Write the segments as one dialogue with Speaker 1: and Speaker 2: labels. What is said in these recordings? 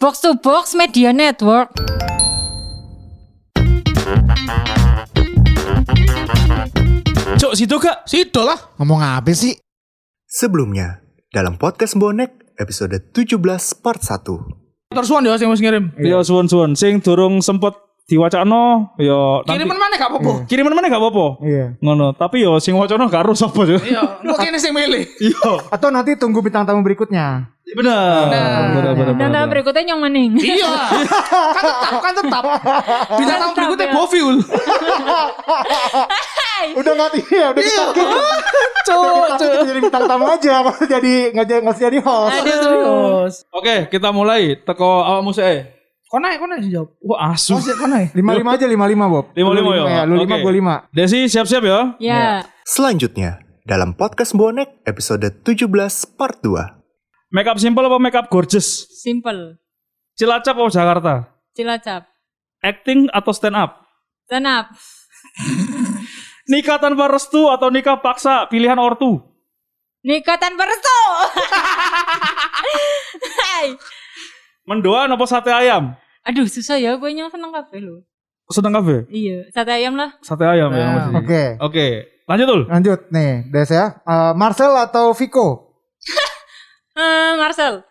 Speaker 1: Box to Box Media Network.
Speaker 2: Cok, situ gak?
Speaker 3: Sido lah.
Speaker 4: Ngomong apa sih?
Speaker 5: Sebelumnya, dalam podcast Bonek episode 17 part 1.
Speaker 3: Terus Wan ya sing wis ngirim.
Speaker 2: Yo suwun suwun, sing durung sempet diwacakno, yo nanti-
Speaker 3: Kiriman mana gak apa-apa.
Speaker 2: kiriman mana gak apa-apa.
Speaker 4: Iya.
Speaker 2: Ngono, tapi yo sing wacana karo sapa yo.
Speaker 3: Iya, kok kene sing milih.
Speaker 2: Iya.
Speaker 4: Atau nanti tunggu bintang tamu berikutnya.
Speaker 2: Bener. Bener bener.
Speaker 1: Dan nah, berikutnya yang maning.
Speaker 3: Iya. Kan tetap, kan tetap. Bintang tamu berikutnya
Speaker 1: ya.
Speaker 3: Boviul.
Speaker 4: Udah nanti ya, udah kita
Speaker 2: Cok,
Speaker 4: kita jadi bintang tamu aja, nggak usah jadi nggak jadi nggak usah jadi host.
Speaker 1: Aduh.
Speaker 2: Oke, kita mulai teko awakmu sih.
Speaker 3: Kok naik, kok naik jawab.
Speaker 2: Wah, asu.
Speaker 3: Kok sih kok naik?
Speaker 4: Lima lima aja lima lima Bob.
Speaker 2: Lima lima
Speaker 4: Lu
Speaker 2: yo.
Speaker 4: ya. Lu lima
Speaker 2: Oke.
Speaker 4: gue lima.
Speaker 2: Desi siap-siap ya.
Speaker 1: Ya.
Speaker 5: Selanjutnya, dalam podcast Bonek episode 17 part 2.
Speaker 2: Makeup simple apa makeup gorgeous?
Speaker 1: Simple.
Speaker 2: Cilacap apa Jakarta?
Speaker 1: Cilacap.
Speaker 2: Acting atau stand up?
Speaker 1: Stand up.
Speaker 2: Nikah tanpa restu atau nikah paksa pilihan ortu?
Speaker 1: Nikah tanpa restu. Hai.
Speaker 2: Mendoan apa sate ayam?
Speaker 1: Aduh susah ya gue yang seneng kabeh lo.
Speaker 2: Seneng kafe?
Speaker 1: Iya, sate ayam lah.
Speaker 2: Sate ayam ya.
Speaker 3: Nah.
Speaker 2: maksudnya.
Speaker 4: Oke.
Speaker 2: Oke, lanjut dulu.
Speaker 4: Lanjut nih, Des ya. Eh, Marcel atau Vico?
Speaker 1: Eh, Marcel,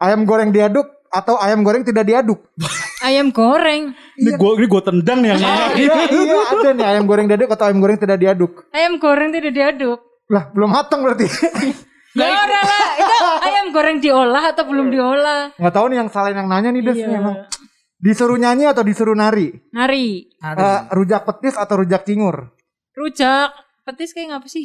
Speaker 4: Ayam goreng diaduk atau ayam goreng tidak diaduk?
Speaker 1: ayam goreng.
Speaker 2: Ini Oh, gue ini gua tendang nih yang
Speaker 4: Iya, iya ada nih ayam goreng diaduk atau ayam goreng tidak diaduk.
Speaker 1: Ayam goreng tidak diaduk.
Speaker 4: Lah, belum matang berarti.
Speaker 1: Ya udah lah, itu ayam goreng diolah atau belum diolah?
Speaker 4: Nggak tahu nih yang salah yang nanya nih Des
Speaker 2: Iya.
Speaker 4: nih, emang. Disuruh nyanyi atau disuruh nari?
Speaker 1: Nari,
Speaker 4: Eh, rujak petis atau rujak cingur?
Speaker 1: rujak, petis kayak ngapa sih?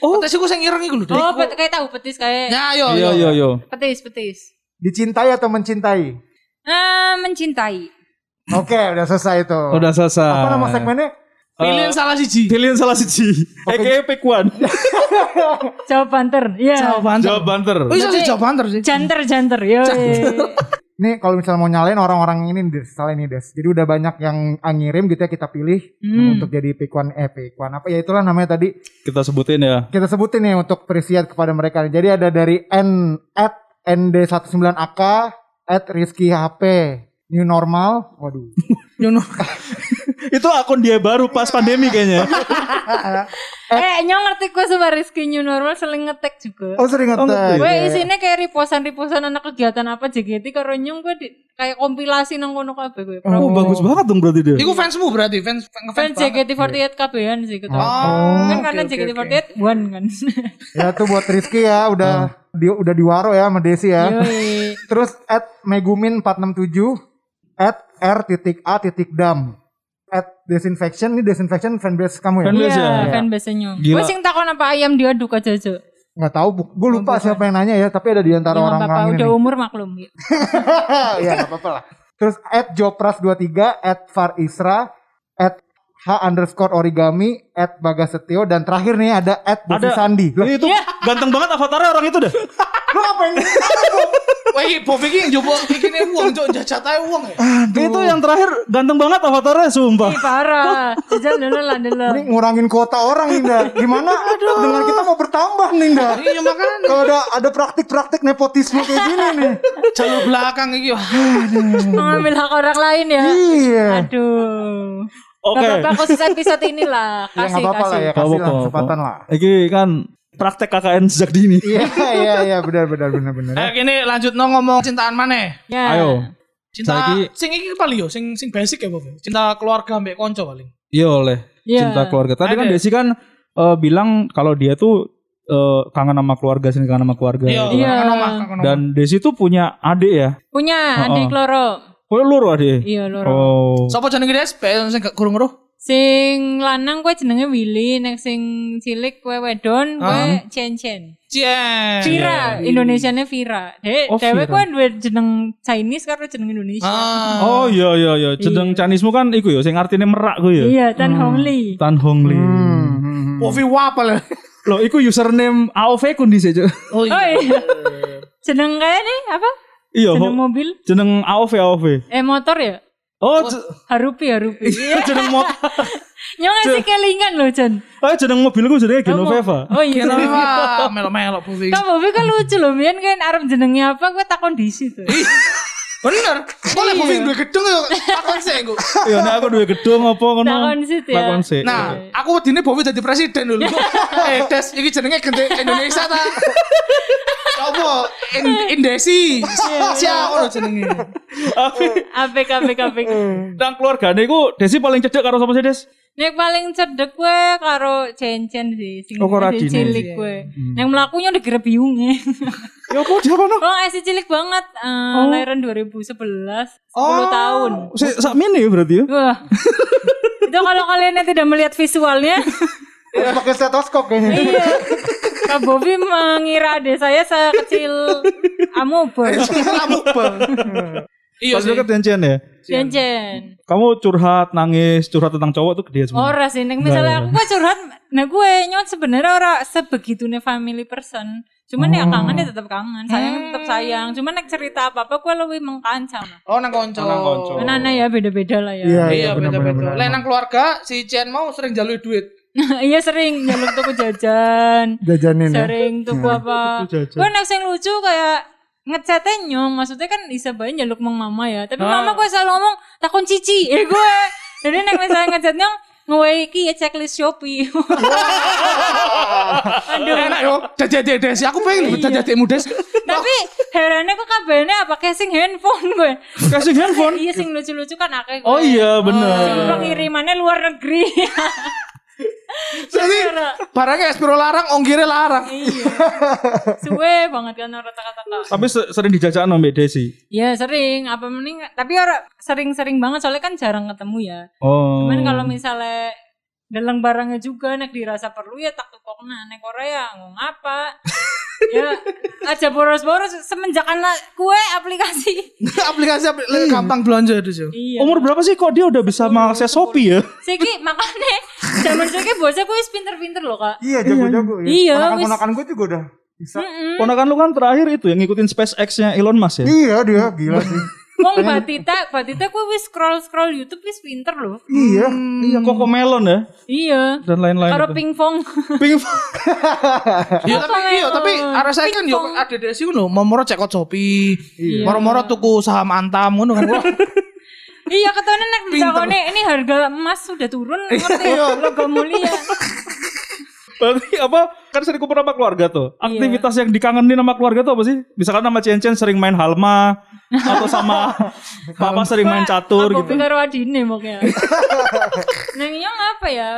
Speaker 3: Oh, tes iku sing ireng iku lho.
Speaker 1: oh, pet- kayak tahu petis kayak.
Speaker 3: Ya, yo.
Speaker 2: Iya iya iya.
Speaker 1: Petis, petis.
Speaker 4: Dicintai atau mencintai?
Speaker 1: Eh, mencintai.
Speaker 4: Oke, udah selesai itu.
Speaker 2: Udah selesai. Eh,
Speaker 4: Apa nama segmennya?
Speaker 3: Pilih
Speaker 2: Ah.
Speaker 3: yang salah siji.
Speaker 2: Pilihan salah siji. Eke pekuan.
Speaker 1: Jawab banter. Iya.
Speaker 2: Jawab banter.
Speaker 3: Oh, iso sih jawaban terus sih.
Speaker 1: Janter, janter. Yo.
Speaker 4: Nih kalau misalnya mau nyalain orang-orang ini Des, salah ini Des. Jadi udah banyak yang ngirim gitu ya kita pilih
Speaker 1: Hmm.
Speaker 4: untuk jadi pick one eh pick one apa ya itulah namanya tadi
Speaker 2: Kita sebutin ya.
Speaker 4: kita sebutin nih untuk perisiat kepada mereka. Jadi ada dari N at ND19AK at Rizky HP New normal, waduh.
Speaker 3: Nyono.
Speaker 2: Itu akun dia baru pas pandemi kayaknya.
Speaker 1: eh, nyong ngerti gue sama Rizky New Normal seling ngetek juga.
Speaker 4: Oh sering ngetek.
Speaker 1: Gue isinya kayak riposan-riposan anak kegiatan apa JGT karo nyong gue di- kayak kompilasi nang kono kabeh gue. Kan
Speaker 2: Oh, bagus banget dong berarti dia.
Speaker 3: Iku fansmu berarti, fans
Speaker 1: Fan
Speaker 3: ngefans banget.
Speaker 1: JGT48 kabehan sih gitu.
Speaker 3: Oh,
Speaker 1: kan karena
Speaker 3: oke, oke,
Speaker 1: JGT48 one kan.
Speaker 4: ya tuh buat Rizky ya
Speaker 2: Oh.
Speaker 4: udah di, udah diwaro ya sama Desi ya.
Speaker 1: Yoi.
Speaker 4: Terus at Megumin 467 at R titik A titik Dam at disinfection ini disinfection fanbase kamu ya?
Speaker 2: Fanbase. Fanbase ya?
Speaker 1: Iya, fanbase nyong.
Speaker 2: Gila.
Speaker 1: Gue sing takon apa ayam diaduk aja aja.
Speaker 4: Nggak tahu, gue lupa siapa yang nanya ya, tapi ada di antara
Speaker 2: Iya,
Speaker 1: Ya,
Speaker 4: orang-orang
Speaker 1: apa
Speaker 4: ini.
Speaker 1: udah
Speaker 4: nih.
Speaker 1: umur maklum. Yuk.
Speaker 4: Iya, nggak apa-apa lah. Terus at Jopras23, at Far Isra, at H underscore origami, at Bagasetio, dan terakhir nih ada at Bosi
Speaker 2: Ada.
Speaker 4: Sandi. Lah,
Speaker 2: Ini itu ganteng banget avatarnya orang itu dah.
Speaker 4: lu ngapain?
Speaker 3: Wah, iki Bovi iki njopo iki ne wong cok jajat ae wong ya.
Speaker 2: Itu yang terakhir ganteng banget avatarnya sumpah.
Speaker 1: Ih, parah. Jajal dulu lah dulu.
Speaker 2: Iya.
Speaker 4: Ini ngurangin kuota orang Ninda. Gimana dengan kita mau bertambah Ninda?
Speaker 3: Iya makanya
Speaker 4: Kalau ada ada praktik-praktik nepotisme kayak gini nih.
Speaker 3: jalur belakang iki. wah.
Speaker 2: Ah.
Speaker 1: Mengambil hak orang lain ya.
Speaker 4: Hmm. Iya.
Speaker 1: Aduh.
Speaker 2: Oke.
Speaker 1: Gak apa-apa khusus episode inilah.
Speaker 4: Ya
Speaker 1: Kasih
Speaker 4: nggak apa-apa lah
Speaker 1: kasih.
Speaker 4: ya, kasih lah kesempatan lah.
Speaker 2: Iki kan praktek KKN sejak dini.
Speaker 4: Iya, iya, iya, benar, benar, benar, benar.
Speaker 3: Eh, kene lanjut no ngomong cintaan maneh.
Speaker 1: Ya.
Speaker 2: Ayo.
Speaker 3: Cinta
Speaker 2: Saiki-
Speaker 3: sing iki paling yo sing sing basic ya, Bob. Cinta keluarga mbek konco paling.
Speaker 2: Iya oleh
Speaker 1: Iya.
Speaker 2: cinta keluarga. Tadi kan
Speaker 3: Ada.
Speaker 2: Desi kan eh, bilang kalau dia tuh eh, kangen sama keluarga, sini kangen sama keluarga. gitu kan.
Speaker 1: Iya.
Speaker 3: kangen omah, kangen omah.
Speaker 2: Dan Desi tuh punya adik ya.
Speaker 1: Punya
Speaker 2: Oh, oh.
Speaker 1: adik loro.
Speaker 2: Oh loro adik.
Speaker 1: Iya loro.
Speaker 2: Oh.
Speaker 3: Sopo jenenge Des? Bae sing gak gurung roh.
Speaker 1: Sing lanang gue jenenge Willy, nek sing cilik gue wedon, gue Chen Chen.
Speaker 3: Cie.
Speaker 1: Vira, Indonesianya Vira. Dek,
Speaker 2: Iya, Oh,
Speaker 1: dewek
Speaker 2: Vira.
Speaker 1: gue duwe jeneng Chinese karo jeneng Indonesia.
Speaker 3: Ah.
Speaker 2: Oh iya iya iya. Jeneng Canismu kan iku ya sing artine merak ku ya.
Speaker 1: Iya, Hmm. Tan Hongli.
Speaker 2: Tan Hong Li.
Speaker 3: Bovi wapel.
Speaker 2: Loh iku username AOV ku ndi sih, Cuk?
Speaker 3: Oh
Speaker 1: Oh iya. jeneng kayak nih apa?
Speaker 2: Iya,
Speaker 1: Jeneng
Speaker 2: ho-
Speaker 1: mobil?
Speaker 2: jeneng AOV AOV.
Speaker 1: Eh motor ya?
Speaker 2: Oh, j-
Speaker 1: Harupi,
Speaker 2: Iya.
Speaker 1: Harupi.
Speaker 2: jeneng mot.
Speaker 1: Nyong ngasih kelingan loh, Jen.
Speaker 2: Oh, jeneng mobilku jenenge Genoveva.
Speaker 1: Oh iya.
Speaker 3: Wah, melo-melo Bovi.
Speaker 1: Kau Bobi kan lucu loh, Mian kan arem jenengnya apa, gue takon di situ.
Speaker 3: Bener.
Speaker 1: Iya.
Speaker 3: Boleh Pufik duwe gedung yo takon sik engko.
Speaker 2: Ya nek aku duwe gedung apa ngono.
Speaker 1: Takon sih ya.
Speaker 2: Takon sih.
Speaker 3: Nah, aku wedine Bobi jadi presiden dulu. eh, Des, iki jenenge gente Indonesia ta. Coba In- Indesi. Siapa ono jenenge?
Speaker 1: Oh.
Speaker 2: Tapi
Speaker 1: Apik apik apik.
Speaker 2: nang keluargane iku Desi paling cedek karo sapa sih Des?
Speaker 1: Nek paling cedek gue karo cencen sih, sing
Speaker 2: Oh, karo
Speaker 1: masih
Speaker 2: adine.
Speaker 1: cilik gue. Nek melakunya udah kira biung ya.
Speaker 2: Ya apa dia ono?
Speaker 1: Oh, masih cilik banget. Eh,
Speaker 2: Oh.
Speaker 1: Lahiran 2011, 10 tahun.
Speaker 2: Sik Ah, sakmene ya berarti ya.
Speaker 1: Wah. Itu kalau kalian yang tidak melihat visualnya,
Speaker 4: Harus pakai stetoskop kayaknya.
Speaker 1: iya. Kak Bobi mengira adik saya sekecil amoeba.
Speaker 3: Kamu bang. Iya
Speaker 2: Pas
Speaker 3: sih.
Speaker 2: deket Cencen ya.
Speaker 1: Cencen.
Speaker 2: Kamu curhat nangis, curhat tentang cowok tuh gede semua.
Speaker 1: Ora sih, nek misalnya aku kok curhat, nah gue nyon sebenarnya ora sebegitunya family person. Cuman ya kangen ya tetap kangen, sayang ya tetap sayang. Cuman nek cerita apa-apa gue lebih mengkancam.
Speaker 3: Oh nang konco.
Speaker 2: Nang konco.
Speaker 1: Nah, nah ya beda-beda lah ya.
Speaker 3: Iya, beda-beda. Lah
Speaker 4: benar-benar.
Speaker 3: nang keluarga si Chen mau sering jalui duit.
Speaker 1: Iya sering nyeluk tuku jajan,
Speaker 4: Jajanin ya.
Speaker 1: sering tuku apa. Gue nek sing lucu kayak ngecatnya nyong, maksudnya kan bisa banyak nyeluk mang mama ya. Tapi mama gue selalu ngomong takon cici, ya gue. Jadi nek misalnya ngechat nyong, ngewei iki ya checklist Shopee. Aduh.
Speaker 3: Enak yo. Jajak Desi, aku pengen jajak Des.
Speaker 1: Tapi herannya kok kabelnya apa casing handphone gue.
Speaker 2: Kasih handphone.
Speaker 1: Iya sing lucu-lucu kan akeh. gue.
Speaker 2: Oh iya
Speaker 1: Sing
Speaker 2: bener.
Speaker 1: Pengirimannya luar negeri.
Speaker 3: Jadi barangnya Espiro larang, ongkirnya larang.
Speaker 1: iya. Suwe banget kan orang kata-kata.
Speaker 2: Tapi se- sering dijajak sama Mbak Desi.
Speaker 1: Iya sering, apa mending tapi orang sering-sering banget soalnya kan jarang ketemu ya.
Speaker 2: Oh.
Speaker 1: Cuman kalau misalnya dalang barangnya juga nek dirasa perlu ya tak tukokna nek ora ya ngomong apa. ya aja boros-boros semenjak anak kue aplikasi.
Speaker 3: Aplikasi apli- gampang belanja itu sih.
Speaker 1: iya.
Speaker 2: Umur berapa sih kok dia udah bisa mengakses Shopee ya?
Speaker 1: Siki makanya zaman saiki bocah kuwi wis pinter-pinter loh kak.
Speaker 4: Iya, jago-jago ya.
Speaker 1: Iya, Hmm.
Speaker 4: Ponakan-ponakan gue juga udah bisa.
Speaker 2: Ponakan lu kan terakhir itu yang ngikutin SpaceX-nya Elon Musk ya.
Speaker 1: Hmm.
Speaker 4: Iya dia, gila sih.
Speaker 1: Wong Batita, Batita kuwi wis scroll scroll YouTube wis pinter loh.
Speaker 4: Iya.
Speaker 2: Iya, Coco Melon ya
Speaker 1: Iya.
Speaker 2: dan lain-lain.
Speaker 1: Karo
Speaker 2: itu.
Speaker 1: pingpong.
Speaker 3: Iya tapi iya tapi arah saya kan yo ada Desi ngono, moro-moro cek out Shopee, moro-moro tuku saham Antam ngono kan. Wah,
Speaker 1: iya ketone nek ditakone ini harga emas sudah turun
Speaker 2: Iya.
Speaker 1: ngerti ya logam mulia.
Speaker 2: Berarti apa? Kan sering kumpul sama keluarga tuh.
Speaker 1: Iya.
Speaker 2: Aktivitas yang dikangenin sama keluarga tuh apa sih? Misalkan sama Cen-Cen sering main halma atau sama papa sering main catur
Speaker 1: Aku
Speaker 2: gitu.
Speaker 1: pikir wadine moknya. Nang iya apa ya?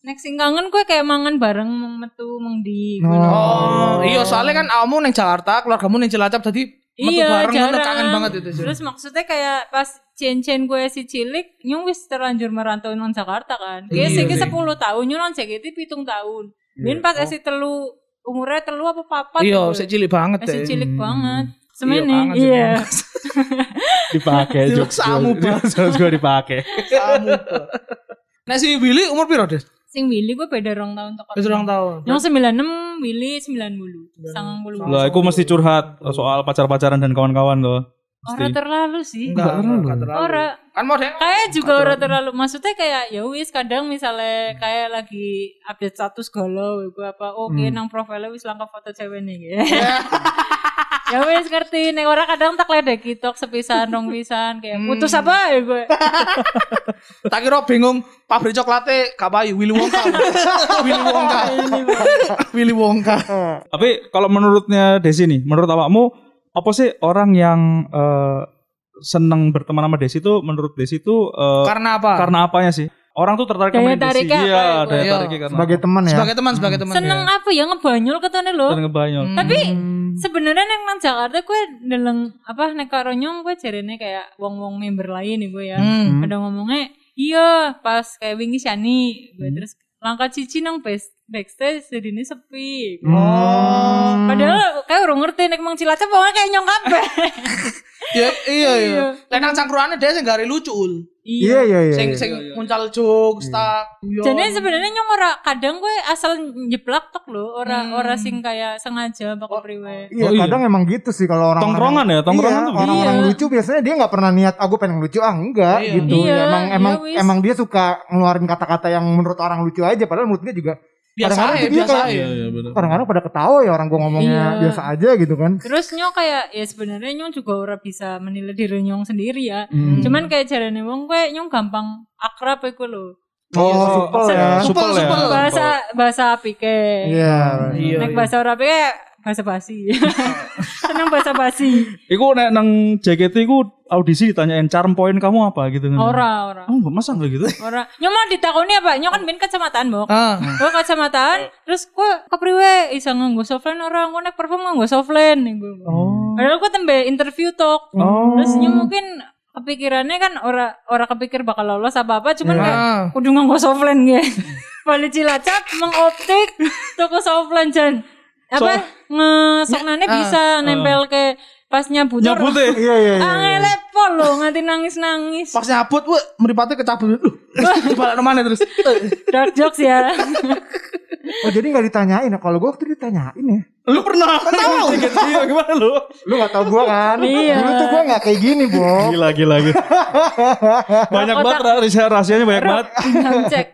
Speaker 1: Nek sing kangen kue kayak mangan bareng mong metu mong di.
Speaker 2: Nah,
Speaker 3: Oh, iya soalnya kan awakmu neng Jakarta, keluargamu neng Cilacap jadi metu
Speaker 1: Iya,
Speaker 3: bareng ngono
Speaker 1: jarang.
Speaker 3: kangen banget itu sih.
Speaker 1: Terus maksudnya kayak pas cincin gue si cilik, nyung wis terlanjur merantau nang Jakarta kan. Dia sih
Speaker 3: Iya, sih.
Speaker 1: sepuluh tahun, nyung nang JKT pitung tahun. Bin pas esi telu, umurnya telu apa papat?
Speaker 3: Iya,
Speaker 1: gitu.
Speaker 3: sik cilik banget
Speaker 1: Esi
Speaker 3: deh. Hmm.
Speaker 1: cilik banget.
Speaker 3: Iya,
Speaker 1: Semene,
Speaker 3: kangen sih,
Speaker 1: iya.
Speaker 2: Dipakai
Speaker 3: Jokes kamu, Pak.
Speaker 2: Jokes gue dipakai.
Speaker 3: Kamu. tuh. Nah si Willy umur piro, Des?
Speaker 1: Sing Willy gue beda rong tahun toko.
Speaker 3: Wis rong tahun.
Speaker 1: Nyung 96, Willy 90. Sangang puluh.
Speaker 2: Lah, aku mesti curhat soal pacar-pacaran dan kawan-kawan loh.
Speaker 1: Ora terlalu sih.
Speaker 3: Enggak, enggak terlalu.
Speaker 1: Ora.
Speaker 3: Kan model
Speaker 1: kayak juga ora terlalu maksudnya kayak ya wis kadang misalnya kayak lagi update status galau gue apa oh, oke nang profile wis langka foto cewek nih ya wis ngerti nih orang kadang tak ledek gitu sepisan dong pisan kayak putus apa ya gue
Speaker 3: tak kira bingung pabrik coklatnya gak payu Willy Wonka. Willy Wonka. Willy Wonka.
Speaker 2: Tapi kalau menurutnya Desi nih, menurut awakmu apa sih orang yang eh, seneng berteman sama Desi itu menurut Desi itu eh,
Speaker 3: Karena apa?
Speaker 2: karena apanya sih? Orang tuh tertarik
Speaker 1: Daya
Speaker 2: sama Desi.
Speaker 1: tariknya apa
Speaker 2: Iya,
Speaker 1: ya, Bu?
Speaker 2: daya
Speaker 3: Iya.
Speaker 2: tariknya karena
Speaker 4: Sebagai teman ya.
Speaker 3: Sebagai teman, sebagai teman.
Speaker 1: seneng apa ya ngebanyol ketone lo
Speaker 2: dan ngebayol.
Speaker 1: tapi
Speaker 3: Hmm.
Speaker 1: sebenarnya neng nang Jakarta gue deleng apa nek karo nyong gue jarene kayak wong-wong member lain nih gue ya
Speaker 3: Hmm.
Speaker 1: ada ngomongnya iya pas kayak wingi Shani
Speaker 3: Hmm.
Speaker 1: gue terus langkah cici nang best- backstage jadi ini sepi
Speaker 3: Oh.
Speaker 1: padahal kayak urung ngerti nek mang cilacap pokoknya kayak nyong kabeh
Speaker 3: Ya iya iya.
Speaker 1: Iya.
Speaker 3: Lah nang cangkruane dia sing gari lucu. ul.
Speaker 4: Iya iya iya.
Speaker 3: Sing sing muncal jokes tak.
Speaker 1: jadi
Speaker 3: iya.
Speaker 1: sebenarnya nyong ora kadang gue asal nyeplak tok lo ora
Speaker 3: Hmm.
Speaker 1: ora sing kayak sengaja bakal priwe
Speaker 4: Iya,
Speaker 2: Oh, iya.
Speaker 4: kadang emang gitu sih kalau orang
Speaker 2: Tongkrongan ya, tongkrongan tuh
Speaker 4: iya, orang-orang
Speaker 1: Iya.
Speaker 4: lucu biasanya dia nggak pernah niat aku pengen lucu ah enggak
Speaker 3: Iya.
Speaker 4: gitu.
Speaker 1: Iya,
Speaker 4: emang
Speaker 1: iya,
Speaker 4: emang
Speaker 1: wis.
Speaker 4: emang dia kan- suka ngeluarin kata-kata yang menurut orang lucu aja padahal menurut dia juga
Speaker 3: biasa
Speaker 1: ya,
Speaker 4: Kadang-kadang
Speaker 3: aja
Speaker 4: jadi
Speaker 3: biasa
Speaker 4: kayak-
Speaker 3: aja
Speaker 2: Iya, iya benar.
Speaker 4: kadang-kadang pada ketawa ya orang gua ngomongnya
Speaker 1: Iya.
Speaker 4: biasa aja gitu kan
Speaker 1: Terus nyong kayak ya sebenarnya nyong juga ora bisa menilai diri nyong sendiri ya.
Speaker 2: Hmm.
Speaker 1: Cuman kayak jarane wong kowe nyong gampang akrab iku lho.
Speaker 4: oh supel ya
Speaker 3: Supel,
Speaker 2: Supel ya.
Speaker 3: supel.
Speaker 1: Bahasa bahasa apike.
Speaker 4: iya
Speaker 3: Iya,
Speaker 1: Nek
Speaker 3: iya.
Speaker 1: bahasa ora apike bahasa basi. Seneng bahasa basi.
Speaker 2: Iku nek nang JKT iku audisi ditanyain charm point kamu apa gitu kan.
Speaker 1: Ora ora.
Speaker 2: Oh, enggak masa enggak gitu.
Speaker 1: Ora. Nyong mau ditakoni apa? Nyong kan bin kecamatan, Bok.
Speaker 3: ah
Speaker 2: Hmm.
Speaker 1: Gue kacamataan, terus gue kepriwe bisa nganggo softline orang, gue naik perform nganggo softline nih gue.
Speaker 2: Oh.
Speaker 1: Padahal gue tembe interview talk,
Speaker 2: Oh.
Speaker 1: terus nyu mungkin kepikirannya kan ora ora kepikir bakal lolos apa apa,
Speaker 2: Ya.
Speaker 1: cuman kayak
Speaker 3: Ah.
Speaker 1: kudu nganggo softline gue. ya." Balik cilacap, mengoptik toko softline jan. Apa ngesoknane
Speaker 2: Ya.
Speaker 1: bisa
Speaker 2: Ah.
Speaker 1: nempel ke pas nyabutur.
Speaker 2: Nyabut ya.
Speaker 4: iya iya iya
Speaker 1: Angel pol lo nganti nangis-nangis.
Speaker 3: pas nyabut wah meripatnya kecabut Duh, balik kemana terus Eh,
Speaker 1: Dark jokes ya.
Speaker 4: oh jadi nggak ditanyain ya kalau gua waktu itu ditanyain ya
Speaker 2: Lu pernah tahu JKT iya, gimana lu?
Speaker 4: lu gak tau gua kan
Speaker 1: Iya.
Speaker 4: dulu tuh gua nggak kayak gini bo
Speaker 2: Oh. Gila gila gila. banyak banget rahasia rahasianya banyak banget.
Speaker 1: Cek.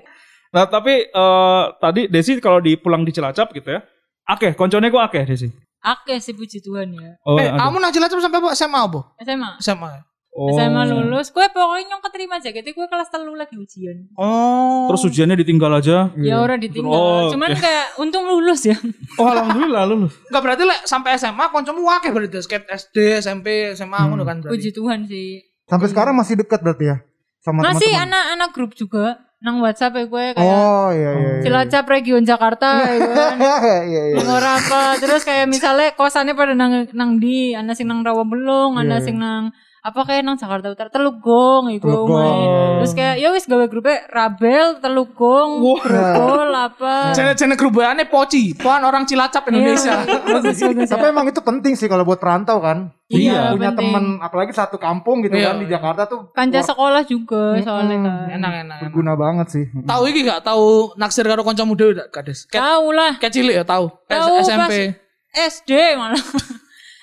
Speaker 2: Nah, tapi eh, tadi Desi kalau di pulang di Cilacap gitu ya. Akeh, koncone ku akeh Desi.
Speaker 1: Oke sih puji Tuhan ya.
Speaker 2: Oh, ada.
Speaker 3: kamu nang Cilacap sampai apa SMA apa
Speaker 1: SMA.
Speaker 3: SMA
Speaker 2: Oh.
Speaker 1: SMA lulus, gue pokoknya nyong keterima aja gitu, gue kelas telu lagi ujian.
Speaker 3: oh
Speaker 2: Terus ujiannya ditinggal aja.
Speaker 1: Ya orang ditinggal,
Speaker 2: Oh,
Speaker 1: cuman
Speaker 2: oke.
Speaker 1: kayak untung lulus ya.
Speaker 2: Oh, alhamdulillah lulus.
Speaker 3: Enggak berarti lek sampai SMA kancamu akeh berarti skate SD, SMP, SMA ngono kan berarti.
Speaker 1: Puji Tuhan sih.
Speaker 4: sampai sekarang masih dekat berarti ya sama
Speaker 1: Masih
Speaker 4: teman-teman
Speaker 1: anak-anak grup juga nang WhatsApp ya gue kayak
Speaker 4: oh iya iya iya.
Speaker 1: Cilacap Region Jakarta ya gue kan.
Speaker 4: iya iya
Speaker 1: Nang ora apa, terus kayak misalnya kosannya pada nang nang di, ana sing nang Rawabelong, ana sing nang apa kayak nang Jakarta Utara Telugong iku.
Speaker 4: Telugong.
Speaker 1: Terus kayak ya wis gawe grupnya Rabel, Telugong, Grogol apa.
Speaker 3: Jenis-jenis gerobakane poci, pohon orang Cilacap Indonesia.
Speaker 1: Iya, bagus, bagus,
Speaker 4: tapi emang itu penting sih kalau buat perantau kan
Speaker 1: Iya,
Speaker 4: punya
Speaker 1: penting.
Speaker 4: teman apalagi satu kampung gitu
Speaker 3: Iya.
Speaker 4: kan di Jakarta tuh
Speaker 1: Kanca sekolah juga soalnya kan.
Speaker 3: Enak enak. enak.
Speaker 4: berguna banget sih
Speaker 3: Tahu iki gak tahu naksir karo kancamu dhewe gak Kades? Ket
Speaker 1: Tahu lah.
Speaker 3: ket cilik ya tahu. Ket
Speaker 1: Tahu,
Speaker 3: SMP.
Speaker 1: SD malah.